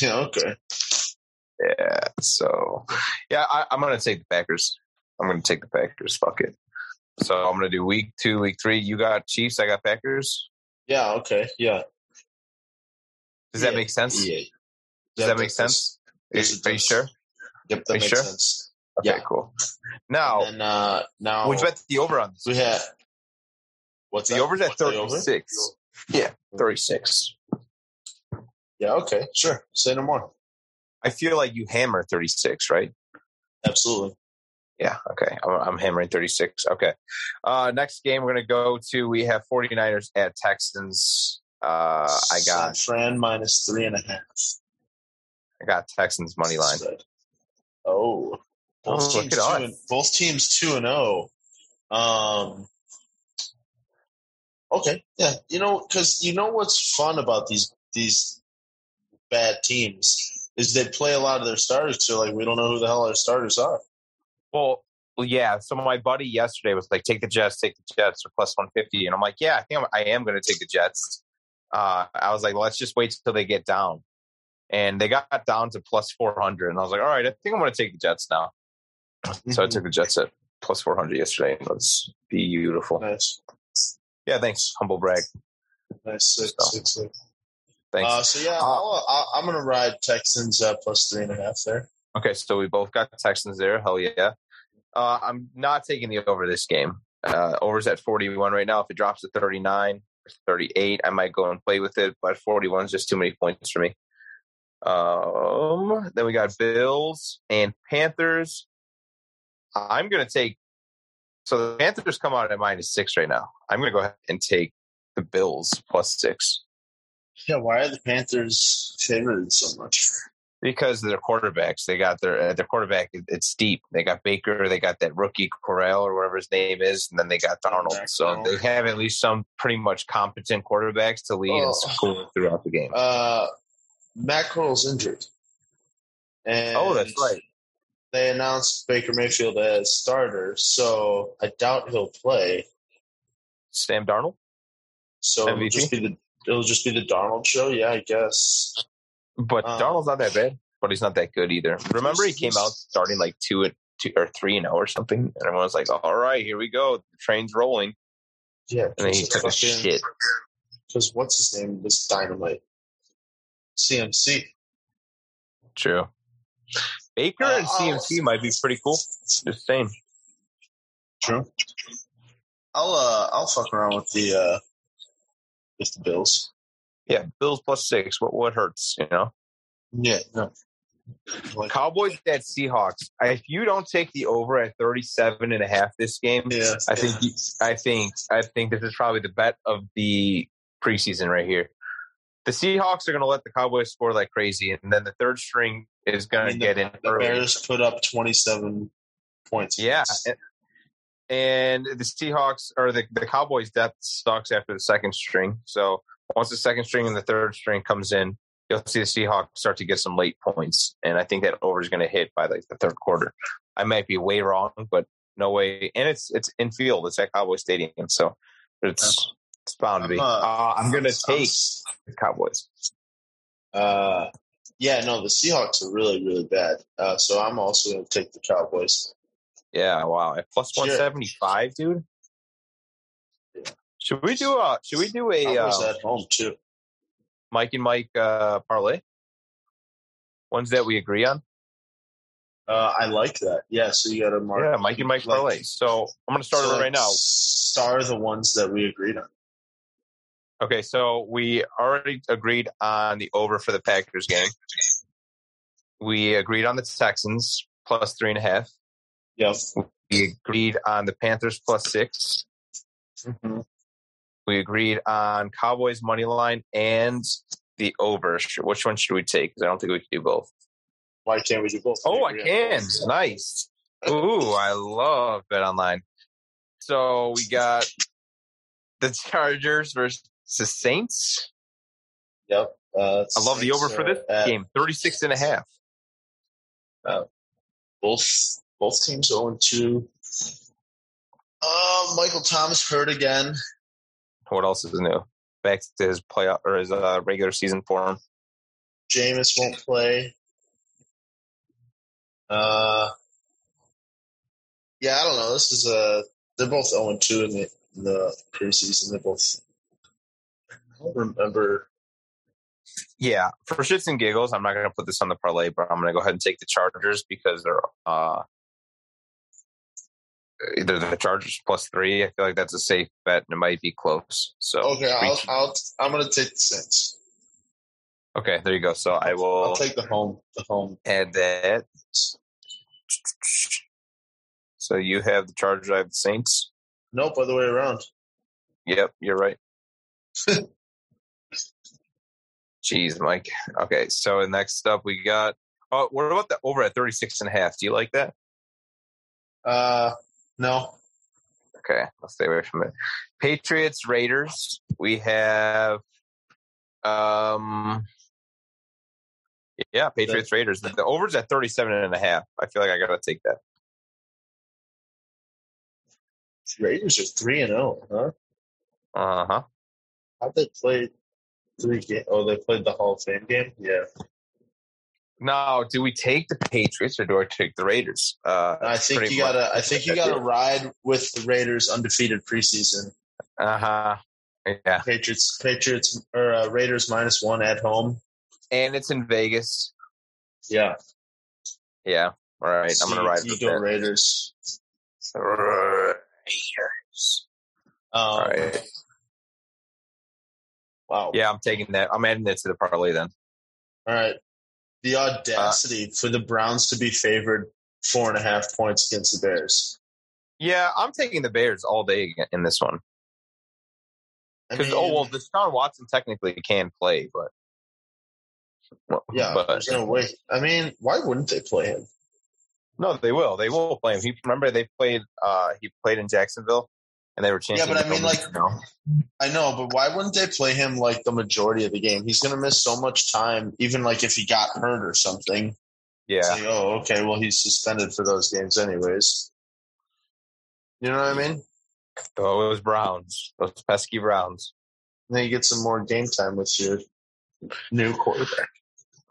S4: Yeah, okay.
S2: Yeah, so yeah, I, I'm gonna take the Packers. I'm gonna take the Packers. Fuck it. So I'm gonna do week two, week three. You got Chiefs. I got Packers.
S4: Yeah, okay. Yeah.
S2: Does that
S4: Yeah,
S2: make sense?
S4: yeah.
S2: Does that make sense? Are
S4: yes,
S2: you-
S4: it
S2: are you
S4: does.
S2: sure?
S4: Yep, that
S2: Are you
S4: makes
S2: sure?
S4: sense.
S2: Okay,
S4: Yeah.
S2: cool. Now,
S4: And uh, now
S2: would you bet the over on this?
S4: we have what's
S2: The
S4: that?
S2: over's at
S4: What's the over?
S2: 36. Yeah, 36.
S4: Yeah, okay, sure. Say no more.
S2: I feel like you hammer 36, right? Uh,
S4: Absolutely.
S2: Yeah, okay. I'm, I'm hammering 36. Okay. Uh, next game we're going to go to, we have 49ers at Texans. Uh, I
S4: San
S2: got
S4: Fran minus three and a half.
S2: I got Texans money line.
S4: Said. Oh.
S2: Oh,
S4: Both
S2: look
S4: teams
S2: at
S4: two
S2: us.
S4: and both teams two and oh. Um Okay. Yeah. You know, because you know what's fun about these these bad teams is they play a lot of their starters, so like we don't know who the hell our starters are.
S2: Well, well, yeah. So my buddy yesterday was like, "Take the Jets, take the Jets for plus one fifty, and I'm like, "Yeah, I think I'm, I am going to take the Jets." Uh, I was like, "Let's just wait till they get down," and they got down to plus four hundred, and I was like, "All right, I think I'm going to take the Jets now."
S4: Mm-hmm.
S2: So I took the Jets at plus four hundred yesterday, and it was beautiful.
S4: Mm-hmm. Nice.
S2: Yeah, thanks, humble brag.
S4: Nice. Six,
S2: So.
S4: six, six.
S2: Thanks.
S4: Uh, so yeah, I'll, I'll, I'm gonna ride Texans uh, plus three and a half there.
S2: Okay, so we both got Texans there. Hell yeah. Uh, I'm not taking the over this game. Uh, over's at 41 right now. If it drops to 39 or 38, I might go and play with it, but 41 is just too many points for me. Um, then we got Bills and Panthers. I'm going to take. So the Panthers come out at minus six right now. I'm going to go ahead and take the Bills plus six
S4: Yeah, why are the Panthers favored so much?
S2: because their quarterbacks. They got their uh, their quarterback. it- It's deep. They got Baker. They got that rookie Corral or whatever his name is, and then they got Darnold. So they have at least some pretty much competent quarterbacks to lead and school throughout the game.
S4: Uh, Matt Corral's injured. And
S2: Oh, that's right.
S4: They announced Baker Mayfield as starter, so I doubt he'll play.
S2: Sam Darnold.
S4: So it'll
S2: MVP?
S4: just be the it'll just be the Donald show. Yeah, I guess.
S2: But
S4: Um,
S2: Darnold's not that bad, but he's not that good either. Remember, he came out starting like two at two or three and zero or something, and everyone was like, "All right, here we go, the train's rolling."
S4: Yeah,
S2: And then he took a shit.
S4: Because what's his name? This dynamite. CMC.
S2: True. Baker
S4: Uh,
S2: and
S4: oh.
S2: CMC might be pretty cool. Just saying.
S4: True. I'll uh I'll fuck around with the uh with the Bills.
S2: Yeah, Bills plus six. What what hurts, you know?
S4: Yeah, no. Like,
S2: Cowboys at Seahawks. I- If you don't take the over at 37 and a half this game,
S4: yeah,
S2: I think you- I think I think this is probably the bet of the preseason right here. The Seahawks are going to let the Cowboys score like crazy, and then the third string is
S4: I
S2: going
S4: mean,
S2: to get
S4: the,
S2: in
S4: the
S2: early.
S4: Bears put up twenty seven points. Uh,
S2: Yeah, and the Seahawks or the, the Cowboys depth sucks after the second string. So once the second string and the third string comes in, you'll see the Seahawks start to get some late points, and I think that over is going to hit by like the third quarter. I might be way wrong, but no way. And it's it's in field. It's at Cowboy Stadium, so it's it's bound to be.
S4: I'm, uh,
S2: Uh, I'm going to take the Cowboys.
S4: Uh yeah, no, the Seahawks are really, really bad. Uh, so I'm also going to take the Cowboys.
S2: Yeah, wow, at plus
S4: Sure.
S2: one seventy five, dude.
S4: Yeah.
S2: Should we do a Should we do a
S4: Cowboys
S2: uh,
S4: at home too.
S2: Mike and Mike uh, parlay? Ones that we agree on?
S4: Uh, I like that. Yeah, so you got to mark.
S2: Yeah, Mike and Mike
S4: like-
S2: parlay. So I'm going to start
S4: so,
S2: it
S4: like,
S2: right now.
S4: Star the ones that we agreed on.
S2: Okay, so we already agreed on the over for the Packers game. We agreed on the Texans plus three and a half.
S4: Yep.
S2: We agreed on the Panthers plus six.
S4: Mhm.
S2: We agreed on Cowboys money line and the over. Sh- Which one should we take? 'Cause I don't think we can do both.
S5: Why can't we do both?
S2: Oh, I
S5: Agree on
S2: can.
S5: both.
S2: Nice. Ooh, I love Bet Online. So we got the Chargers versus the Saints.
S4: Yep. Uh,
S2: I love the over for this game, 36 and a half.
S4: Both both teams 0 and 2. Uh, Michael Thomas hurt again.
S2: What else is new? Back to his playoff or his uh, regular season form.
S4: Jameis won't play. Uh, yeah, I don't know. This is a they're both zero and two in the in the preseason. They're both. I don't remember.
S2: Yeah, for shits and giggles, I'm not going to put this on the parlay, but I'm going to go ahead and take the Chargers because they're uh either the Chargers plus three. I feel like that's a safe bet, and it might be close. So
S4: Okay, I'll,
S2: reach-
S4: I'll I'm gonna take the Saints.
S2: okay, there you go. So I will.
S4: I'll take the home the home.
S2: And that. So you have the Chargers, I have the Saints.
S4: Nope, other way around.
S2: Yep, you're right. Jeez, Mike. Okay, so next up we got. Oh, what about the over at 36 and a half? Do you like that?
S4: Uh, no.
S2: Okay, I'll stay away from it. Patriots, Raiders. We have. Um. Yeah, Patriots, Raiders. The over's at 37 and a half. I feel like I got to take that.
S4: Raiders are three and zero, huh?
S2: Uh huh.
S4: How'd they play three game? Oh, they played the Hall of Fame game. Yeah,
S2: No, do we take the Patriots or do I take the Raiders? Uh,
S4: I think you gotta. I think you gotta ride with the Raiders undefeated preseason.
S2: Uh huh. Yeah,
S4: Patriots, Patriots or uh, Raiders minus one at home.
S2: and it's in Vegas.
S4: Yeah,
S2: Yeah. All right, I'm gonna ride
S4: You
S2: with
S4: go
S2: that.
S4: Raiders.
S2: Raiders.
S4: Um,
S2: All right.
S4: Wow.
S2: Yeah, I'm taking that. I'm adding that to the parlay then.
S4: All right. The audacity
S2: Uh,
S4: for the Browns to be favored four and a half points against the Bears.
S2: Yeah, I'm taking the Bears all day in this one
S4: I
S2: because
S4: mean,
S2: oh well, Deshaun Watson technically can play, but well,
S4: yeah,
S2: but
S4: there's no way. I mean, why wouldn't they play him?
S2: no, they will. They will play him. He remember they played. uh He played in Jacksonville, and they were changing.
S4: but I mean, like,
S2: no.
S4: I know, but why wouldn't they play him like the majority of the game? He's going to miss so much time, even like if he got hurt or something. It's
S2: yeah,
S4: like, oh, okay. Well, he's suspended for those games, anyways. You know what I mean?
S2: Oh, it was Browns. Those pesky Browns.
S4: And then you get some more game time with your new quarterback.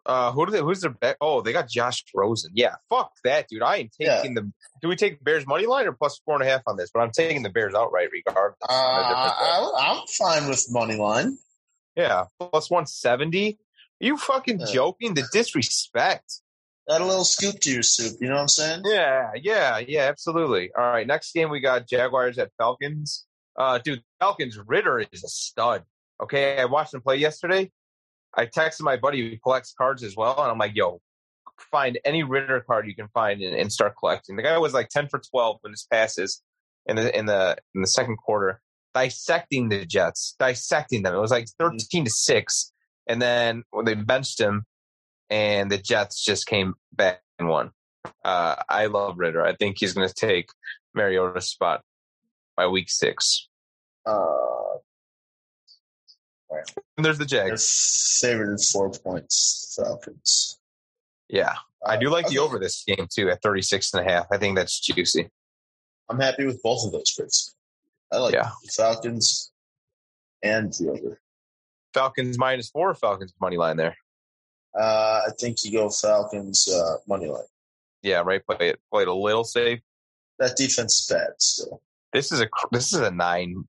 S2: Uh, who do they? Who's their bet? Oh, they got Josh Rosen. Yeah, fuck that, dude. I am
S4: Yeah.
S2: taking the. Do we take Bears money line or plus four and a half on this? But I'm taking the Bears outright, regardless.
S4: Uh, I, I'm fine with money line.
S2: yeah, plus one seventy. You fucking
S4: Yeah.
S2: joking? The disrespect.
S4: Add a little scoop to your soup. You know what I'm saying?
S2: Yeah, yeah, yeah. Absolutely. All right. Next game we got Jaguars at Falcons. Uh, dude, Falcons Ritter is a stud. Okay, I watched him play yesterday. I texted my buddy who collects cards as well, and I'm like, yo, find any Ritter card you can find and, and start collecting. The guy was like 10 for 12 when his passes in the in the in the second quarter, dissecting the Jets, dissecting them. It was like 13 to six, and then when they benched him, and the Jets just came back and won. Uh, I love Ritter. I think he's going to take Mariota's spot by week six.
S4: Uh,
S2: And there's the
S4: they're
S2: Jags.
S4: favored in four points, Falcons. Uh,
S2: Yeah, I do like the
S4: Okay.
S2: over this game too at 36 and a half. I think that's juicy.
S4: I'm happy with both of those picks. I like
S2: Yeah.
S4: the Falcons and the over.
S2: Falcons minus four, Falcons money line there.
S4: Uh, I think you go Falcons uh, money line.
S2: Yeah, right. Play it. Played a little safe.
S4: That defense is bad still.
S2: This is a cr- this is a nine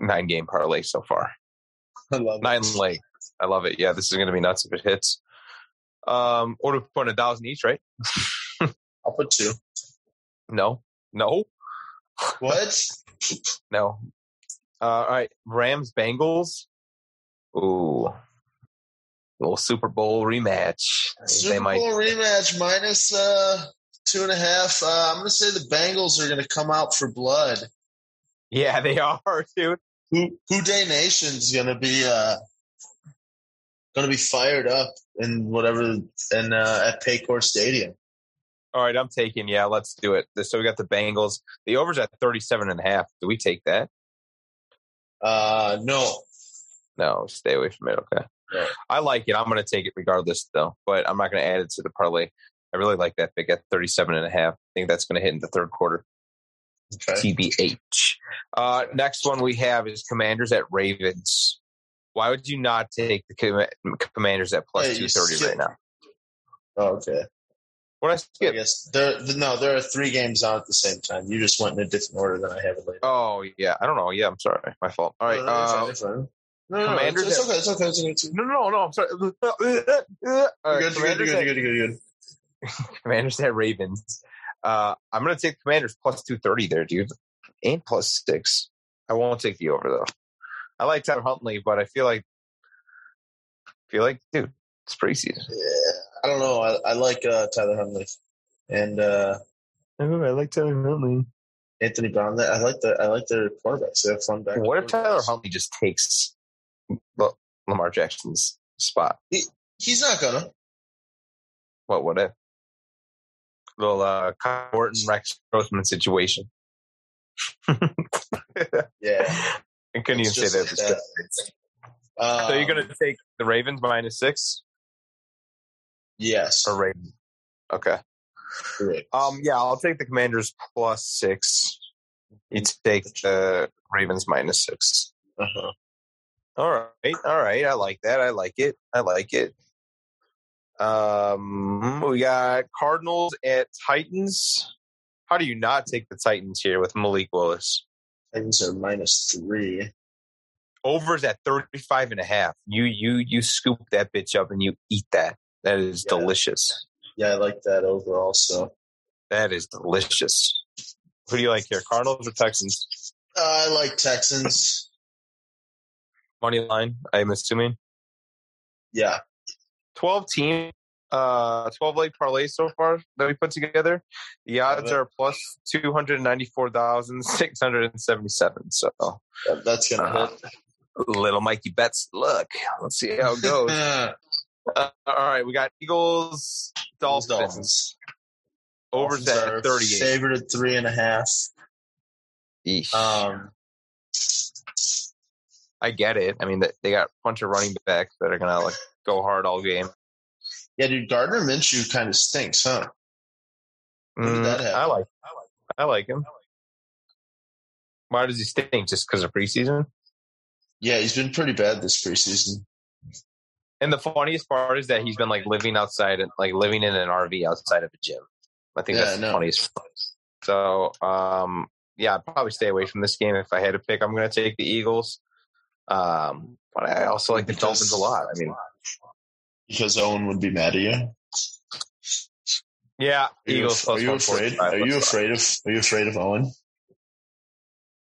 S2: nine game parlay so far.
S4: I love
S2: Nine
S4: it.
S2: leg. I love it. Yeah, this is going to be nuts if it hits. Um, or to put a thousand each, right?
S4: I'll put two.
S2: No, no,
S4: What?
S2: no. Uh, all right, Rams Bengals. Ooh, little Super Bowl rematch.
S4: Super Bowl rematch minus uh, two and a half. Uh, I'm going to say the Bengals are going to come out for blood.
S2: Yeah, they are, dude.
S4: Who Who Day Nation's going to be uh, going to be fired up in whatever and uh, at Paycor Stadium.
S2: All right, I'm taking. Yeah, let's do it. So we got the Bengals. The over's at 37 and a half. Do we take that?
S4: Uh, no,
S2: No, stay away from it. Okay.
S4: Yeah.
S2: I like it. I'm going to take it regardless, though, but I'm not going to add it to the parlay. I really like that pick at 37 and a half. I think that's going to hit in the third quarter.
S4: okay.
S2: TBH. Uh, next one we have is Commanders at Ravens. Why would you not take the com- Commanders at plus
S4: Hey, you
S2: 230
S4: skip-
S2: right now?
S4: Oh, okay.
S2: What I
S4: I
S2: skip?
S4: guess there. No, there are three games on at the same time. You just went in a different order than I have it later.
S2: Oh, yeah. I don't know. Yeah, I'm sorry. My fault. All right.
S4: No, no, it's
S2: uh,
S4: fine, it's fine. No, no, no, it's,
S2: Commanders
S4: it's
S2: at-
S4: okay. It's okay. It's okay. It's okay.
S2: no, no, no. I'm sorry. All right,
S4: You're good, you're good,
S2: Commanders
S4: you're
S2: at-
S4: good, you're good, you're good.
S2: Commanders at Ravens. Uh, I'm going to take Commanders plus 230 there, dude, and plus six. I won't take the over, though. I like Tyler Huntley, but I feel like, feel like, dude, it's preseason.
S4: Yeah, I don't know. I, I like uh, Tyler Huntley and uh,
S2: Ooh, I like Tyler Huntley.
S4: Anthony Brown. I like the I like their quarterbacks. They have fun back.
S2: What if
S4: quarterbacks.
S2: Tyler Huntley just takes L- Lamar Jackson's spot?
S4: He's not gonna.
S2: What would it? Little uh, Kyle Orton, Rex Grossman situation.
S4: Yeah.
S2: I couldn't
S4: It's
S2: even say that.
S4: just like Um,
S2: So you're going to take the Ravens minus six
S4: yes.
S2: or Ravens? Okay.
S4: correct.
S2: Um, yeah, I'll take the Commanders plus six. You take the Ravens minus six.
S4: Uh-huh.
S2: All right, all right. I like that. I like it. I like it. Um, we got Cardinals at Titans. How do you not take the Titans here with Malik Willis?
S4: Titans are minus three.
S2: Overs at 35 and a half. You you you scoop that bitch up and you eat that. That is
S4: Yeah.
S2: delicious.
S4: Yeah, I like that over also.
S2: That is delicious. Who do you like here? Cardinals or Texans?
S4: Uh, I like Texans.
S2: Money line, I'm assuming.
S4: Yeah.
S2: 12 team uh 12 late parlay so far that we put together the odds are plus 294,677 so
S4: that- That's gonna
S2: Uh,
S4: hit.
S2: little mikey bets look let's see how it goes
S4: Uh,
S2: Uh, all right we got eagles dolphins, overs
S4: Dolphins are
S2: at 38
S4: Favored at three and a half.
S2: Eesh.
S4: Um,
S2: i get it i mean they- they got a bunch of running backs that are gonna like go hard all game
S4: yeah, dude, Gardner Minshew kind of stinks, huh? did
S2: Mm,
S4: that happen?
S2: i like i like him why does he stink just because of preseason
S4: Yeah, he's been pretty bad this preseason.
S2: And the funniest part is that he's been like living outside, like living in an RV outside of a gym. I think
S4: Yeah,
S2: that's
S4: I
S2: the
S4: know.
S2: funniest. part. So, um, yeah, I'd probably stay away from this game if I had to pick. I'm going to take the Eagles, um, but I also like the
S4: Because-
S2: Dolphins a lot. I mean,
S4: Because Owen would be mad at you. Are
S2: yeah,
S4: you,
S2: Eagles
S4: are
S2: plus
S4: you afraid?
S2: 145.
S4: Are you afraid of? Are you afraid of Owen?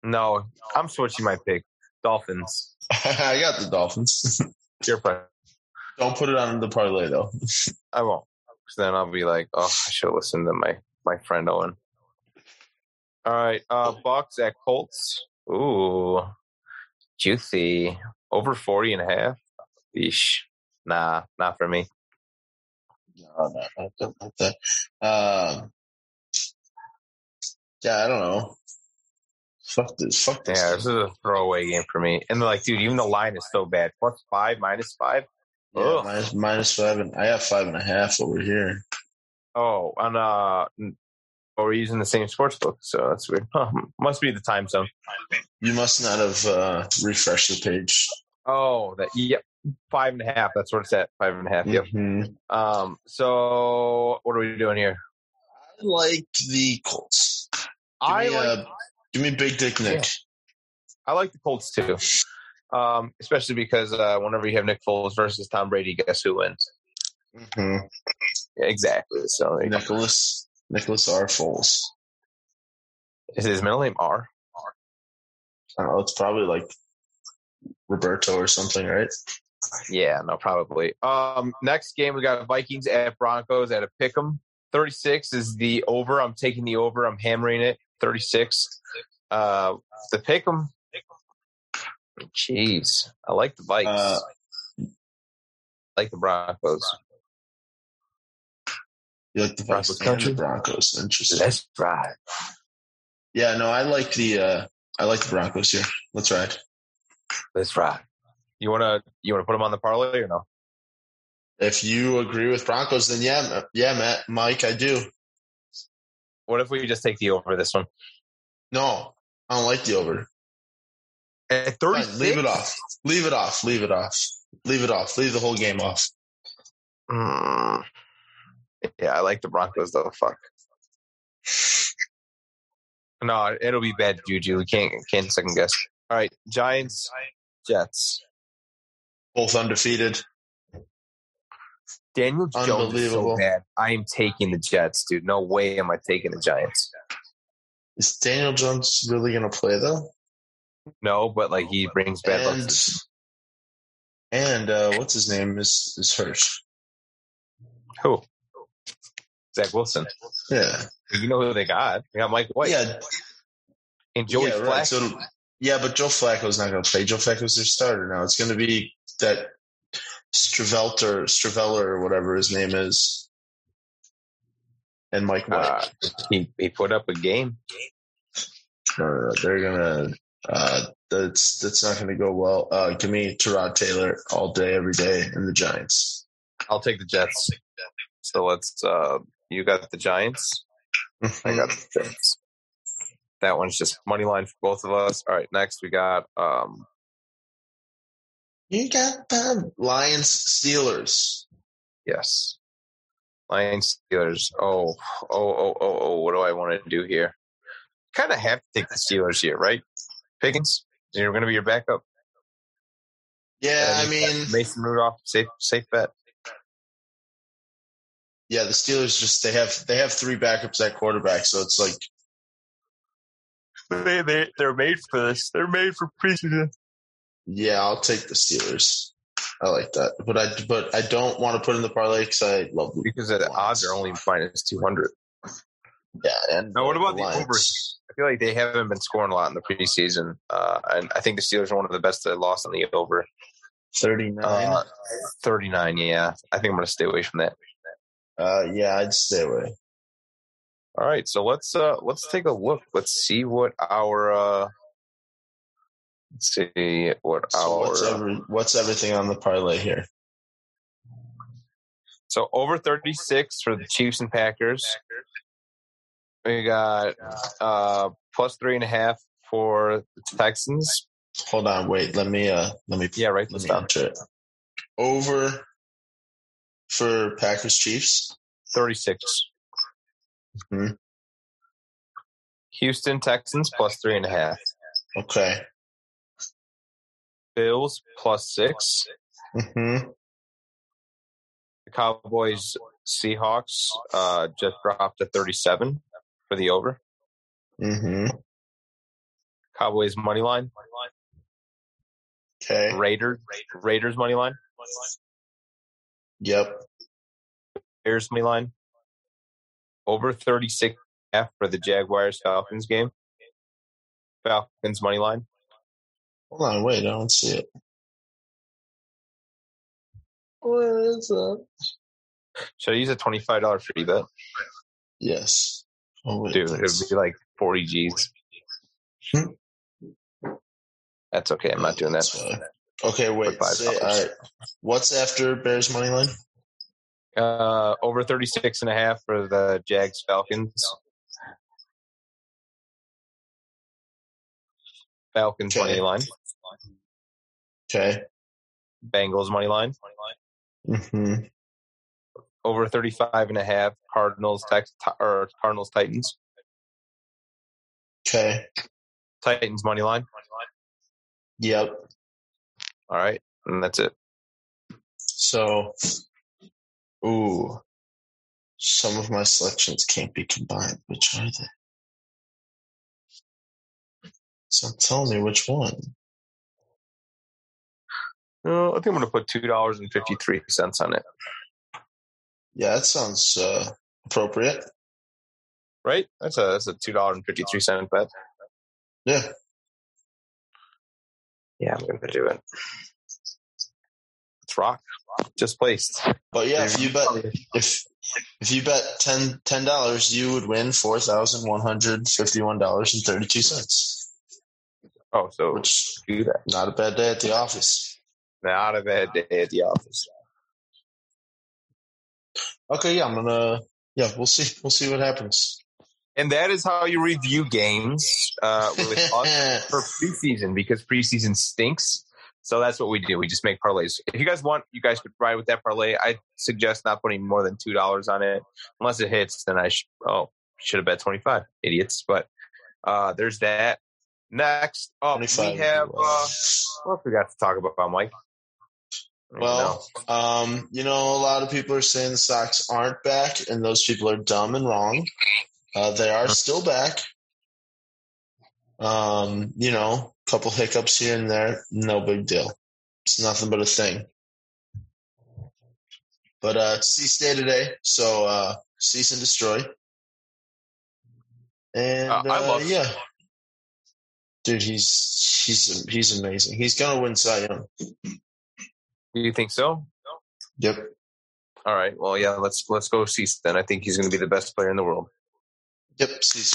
S2: No, I'm switching my pick. Dolphins.
S4: I got the Dolphins.
S2: You're fine.
S4: Don't put it on the parlay though.
S2: I won't. 'Cause then I'll be like, oh, I should listen to my my friend Owen. All right, uh, Bucks at Colts. Ooh, juicy. Over 40 and a half. Eesh. Nah, not for me.
S4: No, no, not that, not that. Um, yeah, I don't know. Fuck this. Fuck this.
S2: Yeah, this is a throwaway game for me. And like, dude, even the line is so bad. Plus five, minus five.
S4: Yeah,
S2: Ugh.
S4: minus, minus five, and I have five and a half over here.
S2: Oh, and uh, n- oh, we're using the same sports book, so that's weird. Huh, must be the time zone.
S4: You must not have uh, refreshed the page.
S2: Oh, that yep, five and a half. That's where it's at. Five and a half. Yep.
S4: Mhm.
S2: Um, so what are we doing here?
S4: I like the Colts. Give
S2: I
S4: me,
S2: like
S4: uh, give me Big Dick Nick.
S2: I like the Colts too. Um, especially because uh, whenever you have Nick Foles versus Tom Brady, guess who wins? Mm-hmm.
S4: Mhm.
S2: Yeah, exactly. So there you go.
S4: Nicholas Nicholas R. Foles.
S2: is his middle name R?
S4: I don't know. It's probably like Roberto or something, right?
S2: Yeah, no, probably. Um, next game we got Vikings at Broncos at a pick'em. Thirty six is the over. I'm taking the over. I'm hammering it. Thirty six. Uh, the pick'em. Jeez, I like the Vikes.
S4: Uh,
S2: like the Broncos.
S4: You like the
S2: Broncos
S4: Vikings and
S2: country?
S4: the Broncos. Interesting.
S2: Let's ride.
S4: yeah, no, I like the uh, I like the Broncos here. Let's ride.
S2: Let's ride. You wanna you wanna put them on the parlay or no?
S4: If you agree with Broncos, then yeah, Ma- yeah, Matt, Mike, I do.
S2: What if we just take the over this one
S4: No, I don't like the over.
S2: at
S4: Fine,
S2: thirty?
S4: leave it off. Leave it off. Leave it off. Leave it off. Leave the whole game off.
S2: Mm. Yeah, I like the Broncos though. Fuck. No, it'll be bad juju. We can't can't second guess. All right, Giants, Jets.
S4: Both undefeated.
S2: Daniel Jones is so
S4: Unbelievable.
S2: bad. I am taking the Jets, dude. No way am I taking the Giants.
S4: Is Daniel Jones really going to play though?
S2: No, but like he brings bad luck.
S4: And and uh, what's his name is is hurt.
S2: Who? Zach Wilson.
S4: Yeah,
S2: You know who they got? They got Mike White
S4: yeah,
S2: and Joey
S4: yeah,
S2: Flacco.
S4: right. So- yeah, but Joe Flacco's not going to play. Joe Flacco's their starter now. It's going to be that Stravelter, Straveller, or whatever his name is, and Mike White.
S2: Uh, he he put up a game.
S4: No, no, no, they're gonna. Uh, that's that's not gonna go well. Uh, give me Terod Taylor all day, every day, and the Giants.
S2: I'll take the Jets. So let's. uh You got the Giants. I got
S4: Mm.
S2: the Jets. That one's just money line for both of us. All right, next we got um
S4: you got the Lions Steelers.
S2: yes. Lions Steelers. Oh, oh, oh, oh, oh, what do I want to do here? Kind of have to take the Steelers here, right? Pickens, you're going to be your backup.
S4: Yeah, I mean,
S2: Mason Rudolph, safe, safe bet.
S4: yeah, the Steelers just they have they have three backups at quarterback, so it's like
S2: They, they, they're made for this. They're made for preseason.
S4: yeah, I'll take the Steelers. I like that, but I but I don't want to put in the parlay because I love them.
S2: Because the odds are only minus 200.
S4: Yeah, and
S2: Now, what about the
S4: Lions.
S2: overs? I feel like they haven't been scoring a lot in the preseason. Uh, and I think the Steelers are one of the best that lost on the over.
S4: Thirty nine.
S2: Uh,
S4: Uh,
S2: 39, yeah. I think I'm going to stay away from that.
S4: uh, yeah, I'd stay away.
S2: All right, so let's uh let's take a look. Let's see what our uh let's see what
S4: So
S2: our
S4: what's every, what's everything on the parlay here?
S2: so over 36 for the Chiefs and Packers. We got uh plus three and a half for the Texans.
S4: Hold on, wait. Let me uh let me
S2: Yeah, right.
S4: let
S2: Let's
S4: me enter it. Over for Packers Chiefs.
S2: 36.
S4: Mhm.
S2: Houston Texans plus three and a half.
S4: Okay.
S2: Bills plus six.
S4: Mm-hmm.
S2: The Cowboys Seahawks uh, just dropped to 37 for the over.
S4: Mm-hmm.
S2: Cowboys money line.
S4: Okay.
S2: Raiders Raiders money line.
S4: Yep.
S2: Bears money line. Over 36 and a half for the Jaguars Falcons game. Falcons money line.
S4: Hold on, wait, I don't see it. What is up?
S2: Should I use a $25 free bet?
S4: Yes. Oh wait.
S2: Dude, it
S4: that's-
S2: would be like 40 G's.
S4: Hmm.
S2: That's okay. I'm not doing that.
S4: that's fine. Okay, wait.
S2: five
S4: Say, all
S2: dollars.
S4: right. What's after Bears money line?
S2: Uh, over 36 and a half for the Jags Falcons. Falcons
S4: Okay.
S2: money line.
S4: Okay.
S2: Bengals money line.
S4: Mm-hmm.
S2: Over 35 and a half Cardinals Tex- or Cardinals Titans.
S4: Okay.
S2: Titans money line.
S4: Yep.
S2: All right. And that's it.
S4: So, ooh, some of my selections can't be combined. Which are they? So tell me which one.
S2: Uh, I think I'm going to put $2.53 on it.
S4: Yeah, that sounds uh, appropriate.
S2: Right? That's a that's a $2.53 bet.
S4: Yeah.
S2: Yeah, I'm going to do it. rock displaced.
S4: But yeah, if you bet if if you bet ten ten dollars, you would win four thousand one hundred fifty one dollars and thirty two cents.
S2: Oh, so
S4: Which
S2: do that.
S4: not a bad day at the office.
S2: Not a bad day at the office.
S4: Okay, yeah, I'm gonna yeah, we'll see. We'll see what happens.
S2: And that is how you review games uh, with us for preseason because preseason stinks. So that's what we do. We just make parlays. If you guys want, you guys could ride with that parlay. I suggest not putting more than two dollars on it, unless it hits. Then I sh- oh should have bet twenty five, idiots. But uh, there's that. Next up, we
S4: 25 would
S2: have uh,
S4: be well.
S2: what else we got to talk about, Mike? I don't
S4: Well, um, you know, a lot of people are saying the Sox aren't back, and those people are dumb and wrong. Uh, they are still back. Um, you know, a couple hiccups here and there, no big deal. It's nothing but a thing. But uh, it's cease day today, so uh, cease and destroy. And
S2: Uh, I
S4: uh,
S2: love-
S4: yeah, dude, he's he's he's amazing. He's gonna win Cy Young.
S2: know. do you think so?
S4: Yep.
S2: All right. Well, yeah. Let's let's go see. Then I think he's going to be the best player in the world.
S4: Yep, Siege,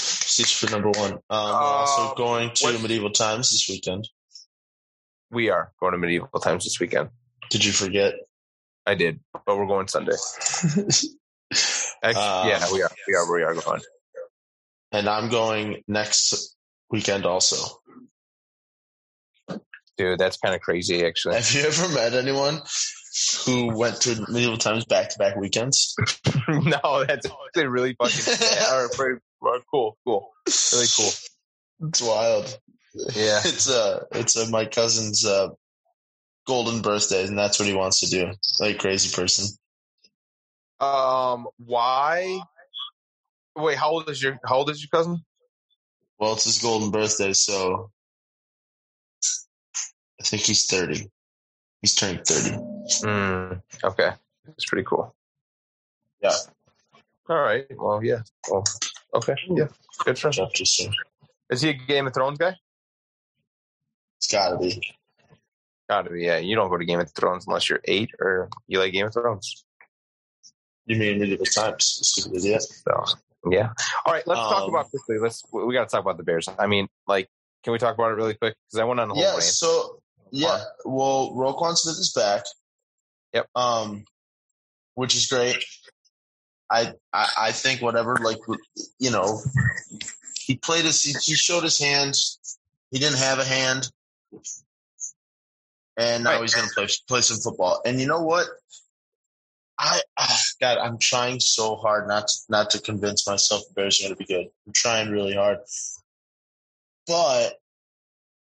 S4: Siege for number one. Um,
S2: Uh,
S4: we're also going to
S2: what-
S4: Medieval Times this weekend.
S2: We are going to medieval times this weekend.
S4: Did you forget?
S2: I did, but we're going Sunday. Actually,
S4: Um,
S2: yeah, we are. We are. We are going.
S4: and I'm going next weekend also.
S2: Dude, that's kind of crazy, actually.
S4: Have you ever met anyone who went to Medieval Times back to back weekends?
S2: no, that's actually really fucking sad. All right, pretty, well, cool, cool, really cool.
S4: It's wild.
S2: Yeah,
S4: It's uh it's uh, my cousin's uh, golden birthday, and that's what he wants to do. Like crazy person.
S2: Um, why? Wait, how old is your how old is your cousin?
S4: Well, it's his golden birthday, so I think he's thirty. He's turning thirty.
S2: Mm, okay, that's pretty cool.
S4: Yeah.
S2: All right. Well, yeah. Well, okay. Yeah. Good for him.
S4: Jeff just said.
S2: Is he a Game of Thrones guy?
S4: It's gotta be.
S2: Gotta be. Yeah. You don't go to Game of Thrones unless you're eight or you like Game of Thrones.
S4: You mean medieval times, you stupid idiot.
S2: So yeah. All right, let's talk
S4: Um,
S2: about quickly. Let's we we got to talk about the Bears. I mean, like, can we talk about it really quick? Because I went on a whole
S4: Yeah,
S2: rant.
S4: so yeah. Well Roquan Smith is back.
S2: Yep.
S4: Um which is great. I I, I think whatever, like you know he played his he, he showed his hands. He didn't have a hand. And now
S2: Right.
S4: he's gonna play play some football. And you know what? I ah, God, I'm trying so hard not to, not to convince myself the Bears are going to be good. I'm trying really hard, but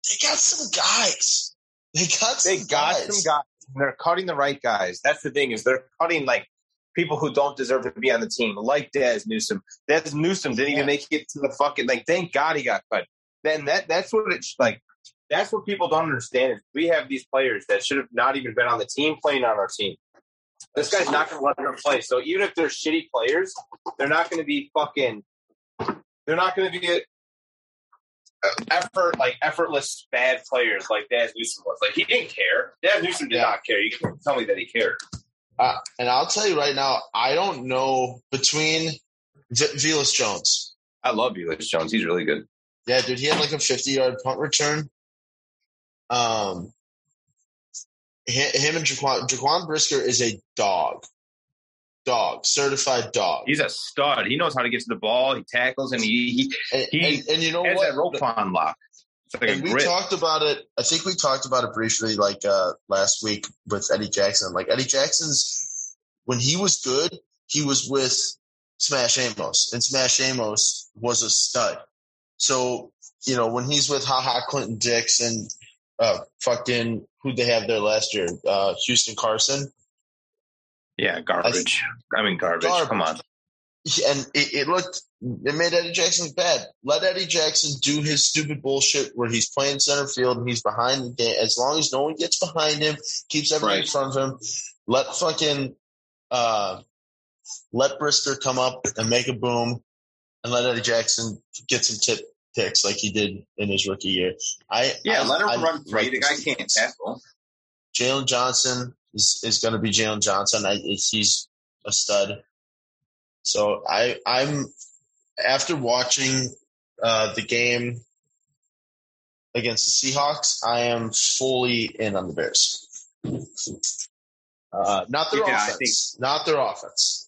S4: they got some guys. They got some
S2: They got
S4: guys.
S2: some guys. And they're cutting the right guys. That's the thing is they're cutting like people who don't deserve to be on the team, like Daz Newsom. Daz Newsom didn't
S4: Yeah.
S2: even make it to the fucking like. Thank God he got cut. Then that that's what it's like. That's what people don't understand is we have these players that should have not even been on the team playing on our team. This guy's not going to let them play. So even if they're shitty players, they're not going to be fucking. They're not going to be a, uh, effort like effortless bad players like Daz Newsom was. Like he didn't care. Daz Newsom did
S4: Yeah.
S2: not care. You can't tell me that he cared.
S4: And I'll tell you right now, I don't know between v- Velas Jones.
S2: I love Ulysses Jones. He's really good.
S4: Yeah, dude, he had like a 50 yard punt return. Um, hi- him and Jaquan, Jaquan Brisker is a dog, dog, certified dog.
S2: He's a stud. He knows how to get to the ball. He tackles and he,
S4: And,
S2: He
S4: and, and you know
S2: he has that
S4: what?
S2: rope on lock. It's like a
S4: and we
S2: grip.
S4: talked about it. I think we talked about it briefly, like uh, last week with Eddie Jackson. Like Eddie Jackson's, when he was good, he was with Smash Amos, and Smash Amos was a stud. So you know when he's with Ha Ha Clinton Dix and uh, fucking who they have there last year, uh, Houston Carson,
S2: yeah, garbage. I, mean, garbage.
S4: Garbage.
S2: Come on.
S4: and it, it looked it made Eddie Jackson look bad. Let Eddie Jackson do his stupid bullshit where he's playing center field and he's behind the game. As long as no one gets behind him, keeps everything in
S2: Right.
S4: front of him. Let fucking uh, let Brisker come up and make a boom, and let Eddie Jackson get some tip picks like he did in his rookie year. I I- I like this defense.
S2: can't tackle.
S4: Jalen Johnson is, is going to be Jalen Johnson. I, he's a stud. So I I'm after watching uh, the game against the Seahawks, I am fully in on the Bears. Uh, not their
S5: Yeah, I
S4: offense. Not their offense.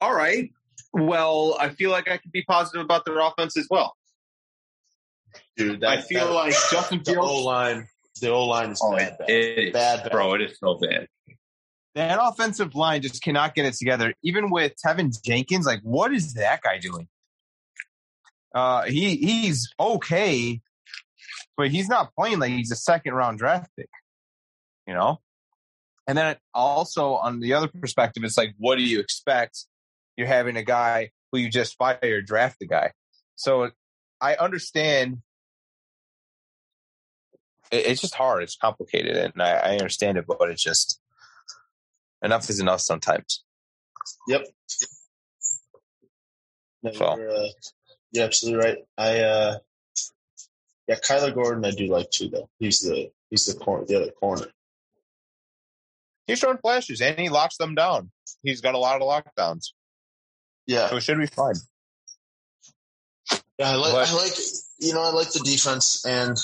S5: All right. Well, I feel like I can be positive about their offense as well.
S4: Dude,
S5: I feel like Justin
S4: the O
S5: Fields.
S4: line the O line is bad, bad.
S2: Oh, It-
S4: bad, bad.
S1: Bro, it Oh, is so bad.
S2: that offensive line just cannot get it together. Even with Tevin Jenkins, like what is that guy doing? Uh, he he's okay, but he's not playing like he's a second round draft pick, you know. And then also on the other perspective, it's like, what do you expect? You're having a guy who you just fired draft the guy. So I understand. It, it's just hard. It's complicated, and I, I understand it, but it's just enough is enough sometimes.
S4: No,
S2: So.
S4: you're, uh, you're absolutely right. I uh, yeah, Kyler Gordon, I do like too though. He's the he's the corner, the other corner.
S2: He's throwing flashes and he locks them down. He's got a lot of lockdowns,
S4: Yeah,
S2: so it should be fine.
S4: yeah. I like
S2: But-
S4: I like you know I like the defense and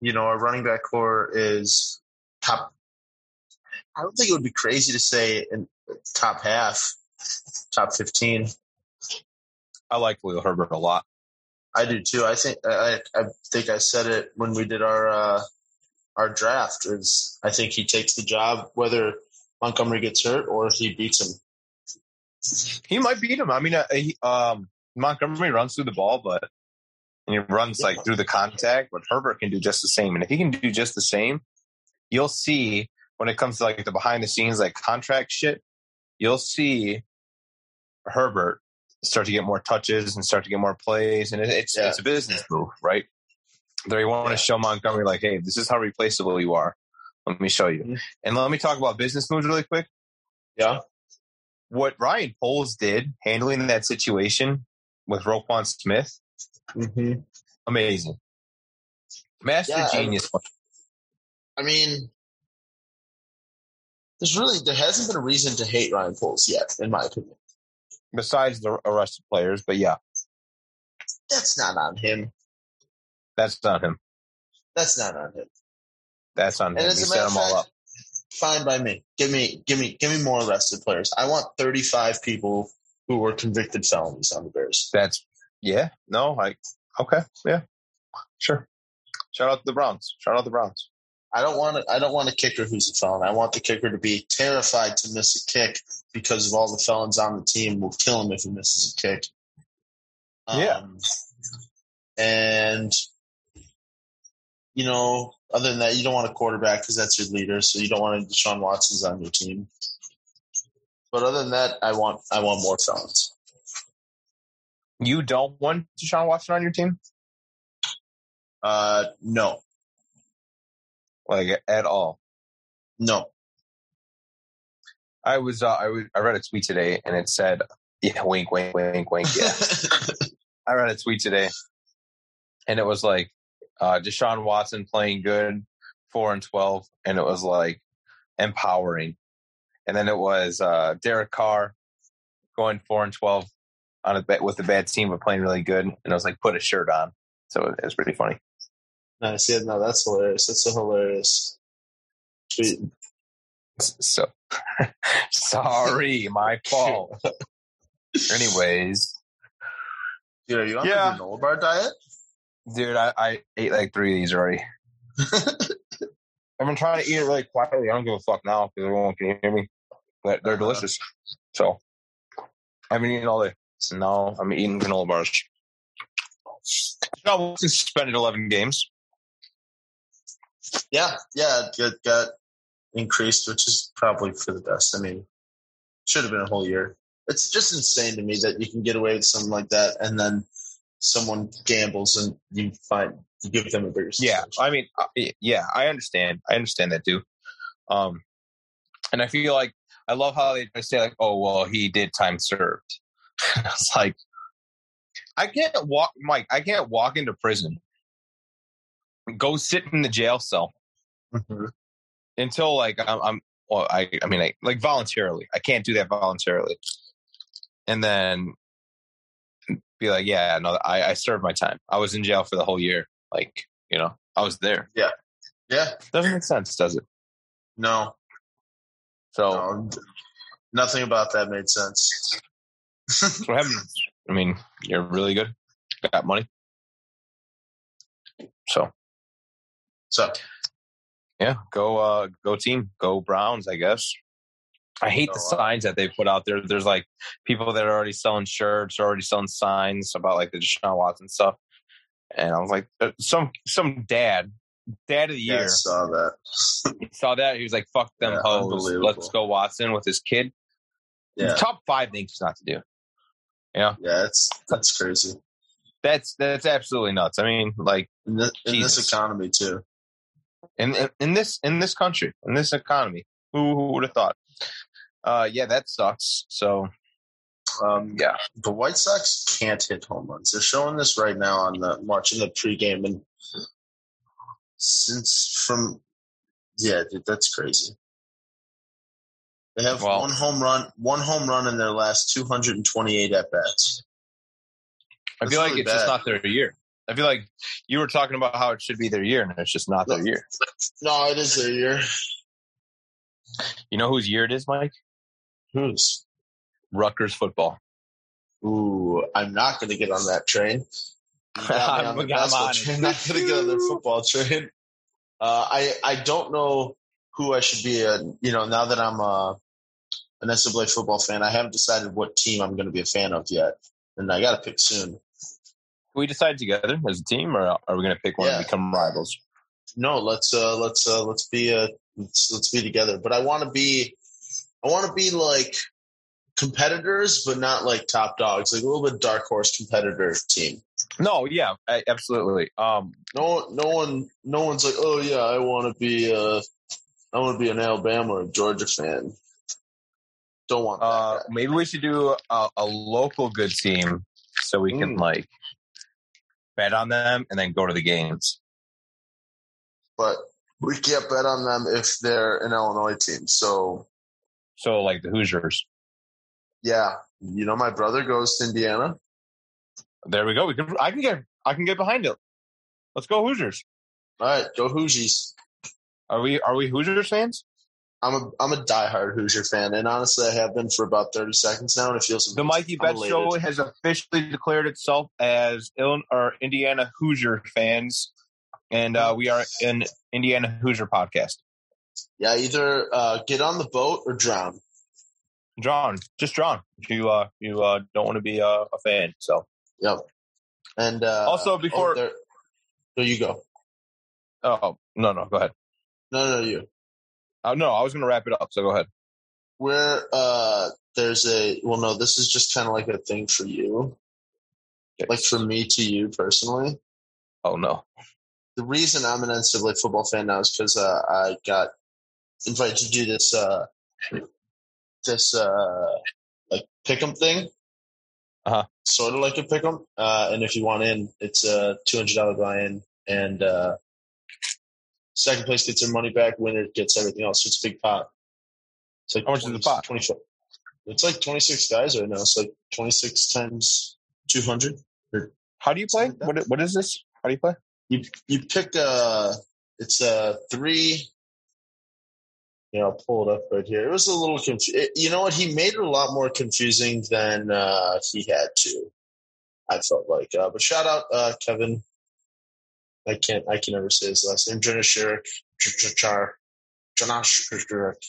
S4: you know our running back core is top. I don't think it would be crazy to say in top half, top fifteen.
S2: I like Khalil Herbert a lot.
S4: I do too. I think I, I I think I said it when we did our uh, our draft. Is I think he takes the job whether Montgomery gets hurt or if he beats him.
S2: He might beat him. I mean, uh, he, um, Montgomery runs through the ball, but and he runs like through the contact. But Herbert can do just the same, and if he can do just the same, you'll see when it comes to like the behind the scenes like contract shit. You'll see Herbert start to get more touches and start to get more plays, and it, it's
S4: Yeah.
S2: it's a business move, right? They want
S4: Yeah.
S2: to show Montgomery like, hey, this is how replaceable you are. Let me show you,
S4: Mhm.
S2: and let me talk about business moves really quick
S4: Yeah,
S2: what Ryan Poles did handling that situation with Roquan Smith,
S4: mm-hmm.
S2: amazing. Master
S4: Yeah, I-
S2: genius.
S4: I mean, there's really there hasn't been a reason to hate Ryan Poles yet, in my opinion.
S2: besides the arrested players, but yeah,
S4: That's not on him.
S2: that's not him.
S4: That's not on him.
S2: That's on him.
S4: And
S2: He
S4: as a matter
S2: set
S4: of
S2: them all up.
S4: fact, fine by me. Give me, give me, give me more arrested players. I want 35 people who were convicted felonies on the Bears.
S2: That's yeah. No, like okay, yeah, sure. Shout out to the Browns. Shout out to the Browns.
S4: I don't want to. I don't want a kicker who's a felon. I want the kicker to be terrified to miss a kick because of all the felons on the team will kill him if he misses a kick. Um,
S2: Yeah.
S4: And you know, other than that, you don't want a quarterback because that's your leader. So you don't want Deshaun Watson's on your team. But other than that, I want I want more felons.
S2: You don't want Deshaun Watson on your team,
S4: Uh, no,
S2: like at all.
S4: no.
S2: I was uh, I was I read a tweet today and it said, yeah, wink, wink, wink, wink. Yeah. I read a tweet today, and it was like uh, Deshaun Watson playing good, four and twelve, and it was like empowering. And then it was uh, Derek Carr going four and twelve on a bet with a bad team, but playing really good. And I was like, put a shirt on. So it was pretty funny.
S4: nice. Yeah, no, that's hilarious. That's a hilarious tweet.
S2: So sorry, my fault. Anyways,
S4: Dude, are you on
S2: Yeah.
S4: the granola bar diet?
S2: dude, I, I ate like three of these already. I've been trying to eat it really quietly. I don't give a fuck now because everyone can hear me. But they're delicious. So I've been eating all day. So now I'm eating granola bars. Now Wilson suspended 11 games.
S4: yeah, yeah, it got, got increased, which is probably for the best. I mean, should have been a whole year. It's just insane to me that you can get away with something like that, and then someone gambles and you find you give them a bigger.
S2: Yeah,
S4: suspension.
S2: I mean, I- yeah, I understand. I understand that too. Um, and I feel like I love how they just say like, "Oh well, he did time served." it's like I can't walk, Mike. I can't walk into prison. Go sit in the jail cell.
S4: Mhm.
S2: until like I'm, I'm well, I, I mean, I, like voluntarily, I can't do that voluntarily. And then be like, yeah, no, I, I served my time. I was in jail for the whole year. Like, you know, I was there.
S4: Yeah.
S2: Doesn't make sense, does it?
S4: No.
S2: So
S4: no. Nothing about that made sense.
S2: that's what happened. I mean, you're really good. Got money. So
S4: So
S2: yeah, go uh go team, go Browns, I guess. I hate the
S4: So, uh,
S2: signs that they put out there. There's like people that are already selling shirts, already selling signs about like the Deshaun Watson stuff. And I was like, uh, some some dad, dad of the
S4: yeah, I
S2: year,
S4: saw that.
S2: saw that. He was like, "Fuck them
S4: Yeah,
S2: hoes,
S4: unbelievable.
S2: let's go Watson" with his kid.
S4: Yeah.
S2: Top five things not to do.
S4: Yeah, it's that's crazy.
S2: That's that's absolutely nuts. I mean, like
S4: In, thi- in
S2: Jesus.
S4: this economy too.
S2: in, in in this in this country in this economy who, who would have thought uh yeah that sucks so
S4: Um,
S2: Yeah.
S4: the White Sox can't hit home runs. They're showing this right now on the watching the pregame, and since from yeah, dude, that's crazy. They have
S2: Well-
S4: one home run, one home run in their last 228 at bats.
S2: i
S4: That's
S2: feel like
S4: really
S2: it's just
S4: bad.
S2: not their year i feel like you were talking about how it should be their year and it's just not their
S4: No.
S2: year
S4: No, it is their year.
S2: you know whose year it is mike
S4: Who's?
S2: Rutgers football
S4: Ooh, I'm not going to get on that train. You got me on
S2: I'm-
S4: the
S2: I'm
S4: basketball
S2: on it.
S4: train. Not going to get on the football train. Uh, I I don't know who I should be. A, you know, now that I'm a, an NCAA football fan, I haven't decided what team I'm going to be a fan of yet, and I got to pick soon.
S2: Can we decide together as a team or are we going to pick one
S4: Yeah.
S2: and become rivals
S4: No, let's uh, let's uh, let's be uh, let's, let's be together. But I want to be I want to be like competitors, but not like top dogs. Like a little bit dark horse competitor team.
S2: no yeah I, absolutely um
S4: No, no one, no one's like, oh yeah, I want to be, uh, I want to be an Alabama or Georgia fan. Don't want that.
S2: uh maybe we should do a, a local good team so we can
S4: Mm.
S2: like bet on them and then go to the games
S4: but we can't bet on them if they're an Illinois team. So
S2: so like the hoosiers
S4: yeah, you know, my brother goes to Indiana.
S2: There we go. We can, I can get I can get behind it. Let's go Hoosiers.
S4: All right, go Hoosiers.
S2: Are we are we Hoosiers fans?
S4: I'm a I'm a diehard Hoosier fan, and honestly, I have been for about thirty seconds now, and it feels
S2: The Mikey
S4: I'm
S2: Bet Show
S4: elated.
S2: has officially declared itself as Illinois or Indiana Hoosier fans, and uh, we are an Indiana Hoosier podcast.
S4: Yeah, either uh, get on the boat or drown.
S2: John, just John. If you uh, you uh, don't want to be uh, a fan, so
S4: Yep. And uh,
S2: Also, before-
S4: oh, there, there you go.
S2: oh no no go ahead.
S4: No, no, you.
S2: Uh, no, I was going to wrap it up, so go ahead.
S4: where uh there's a well no this is just kind of like a thing for you like for me to you personally
S2: oh no,
S4: the reason i'm an ncaa football fan now is because uh, i got invited to do this uh this uh like pick'em thing
S2: Uh-huh.
S4: sort of like a pick'em uh and if you want in it's a $200 buy-in and uh second place gets their money back winner gets everything else it's a big pot it's like
S2: How much is the
S4: 20
S2: pot?
S4: 25 it's like 26 guys right now. It's like 26 times 200.
S2: how do you play?
S4: Something like
S2: What what is this? How do you play?
S4: You you pick a it's a three. You know, I'll pull it up right here. It was a little confusing. You know what? He made it a lot more confusing than uh, he had to. I felt like, uh, but shout out uh, Kevin. I can't. I can never say his last name. Janashir, Char, Janash,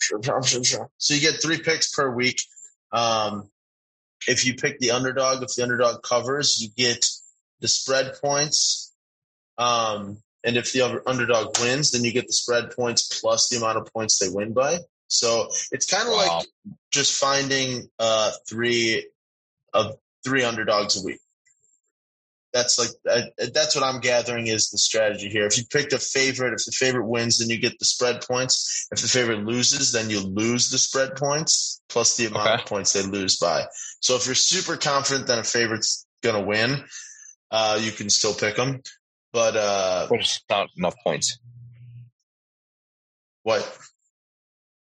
S4: So you get three picks per week. Um, if you pick the underdog, if the underdog covers, you get the spread points. Um, and if the other underdog wins, then you get the spread points plus the amount of points they win by. So it's kind of
S2: Wow.
S4: like just finding uh, three of three underdogs a week. That's like I, that's what I'm gathering is the strategy here. If you picked a favorite, if the favorite wins, then you get the spread points. If the favorite loses, then you lose the spread points plus the amount
S2: Okay.
S4: of points they lose by. So if you're super confident that a favorite's gonna win, Uh, you can still pick them, but uh,
S2: Which is not enough points.
S4: what?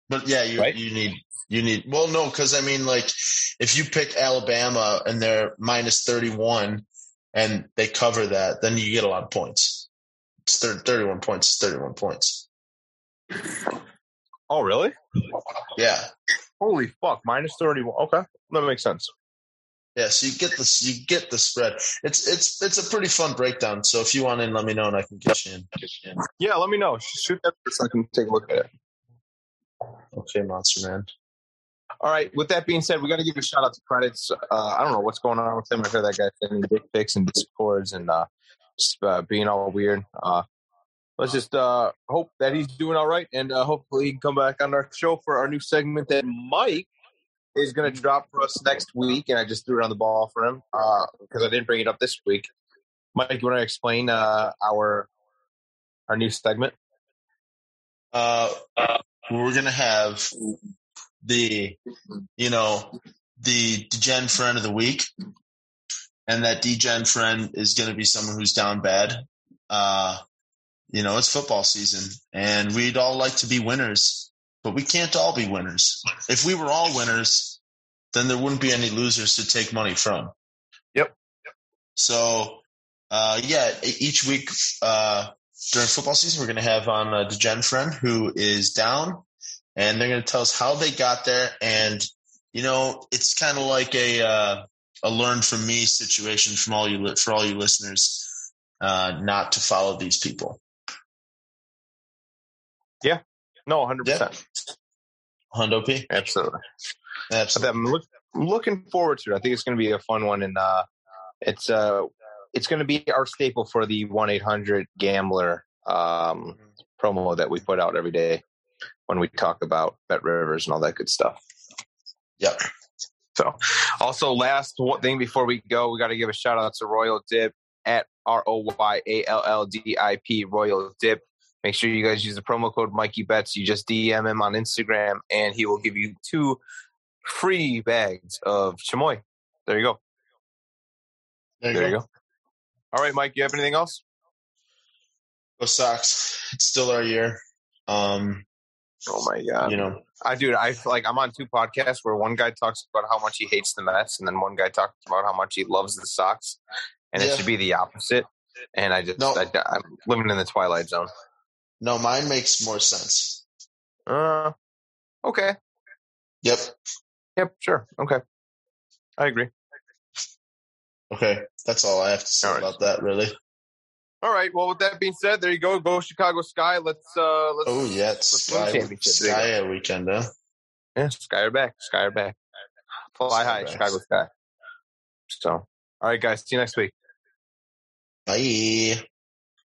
S4: But yeah, you
S2: Right.
S4: you need you need. Well, no, because I mean, like, if you pick Alabama and they're minus thirty one, and they cover that, then you get a lot of points. It's thirty one points. Thirty one points.
S2: Oh, really?
S4: Yeah.
S2: Holy fuck! Minus thirty-one. Okay, that makes sense.
S4: Yeah, so you get this, you get the spread. It's it's it's a pretty fun breakdown. So if you want in, let me know, and I can get you in.
S2: Yeah, let me know. Shoot that so I can take a look at it.
S4: Okay, Monster Man.
S2: All right. With that being said, we got to give a shout out to credits. Uh, I don't know what's going on with him. I heard that guy sending dick pics and discords and uh, just uh, being all weird. Uh, let's just uh, hope that he's doing all right, and uh, hopefully he can come back on our show for our new segment that Mike is going to drop for us next week. And I just threw it on the ball for him because I didn't bring it up this week. Mike, you want to explain uh, our our new segment?
S4: Uh, we're gonna have the, you know, the degen friend of the week, and that degen friend is gonna be someone who's down bad. Uh, you know, it's football season, and we'd all like to be winners, but we can't all be winners. If we were all winners, then there wouldn't be any losers to take money from.
S5: Yep.
S4: So, uh, yeah, e- each week, uh during football season, we're going to have on a Degen friend who is down, and they're going to tell us how they got there. And you know, it's kind of like a uh, a learn from me situation from all you li- for all you listeners, uh, not to follow these people.
S2: No, hundred
S4: Yeah,
S2: percent,
S4: Hundo P.
S2: absolutely.
S4: Absolutely.
S2: that I'm look, looking forward to it. I think it's going to be a fun one, and uh, it's uh, it's going to be our staple for the one eight hundred gambler um, promo that we put out every day when we talk about Bet Rivers and all that good stuff.
S4: Yep.
S2: So, also last one thing before we go, we got to give a shout out to Royal Dip at R O Y A L L D I P Royal Dip. Make sure you guys use the promo code Mikey Betts. You just DM him on Instagram, and he will give you two free bags of chamoy. There you go.
S4: There
S2: There you go. All right, Mike, you have anything else?
S4: Go Sox. It's still our year. Um,
S2: Oh my god.
S4: you know,
S2: I dude, I feel like I'm on two podcasts where one guy talks about how much he hates the Mets and then one guy talks about how much he loves the Sox. And
S4: Yeah.
S2: it should be the opposite. And I just
S4: No.
S2: I, am living in the twilight zone.
S4: no, mine makes more sense.
S2: Uh okay.
S4: Yep.
S2: Yep, sure. Okay. I agree.
S4: Okay. That's all I have to say
S2: All right.
S4: about that. Really.
S5: All right. Well, with that being said, there you go. Go Chicago Sky. Let's uh let's
S4: Oh yeah, it's
S5: Let's
S2: win
S4: Sky,
S2: championship.
S4: Sky weekend, huh?
S2: Yeah, Sky are back. Sky are back. Fly
S4: Sky
S2: high,
S4: are back.
S2: Chicago Sky. So all right guys, see you next week.
S4: Bye.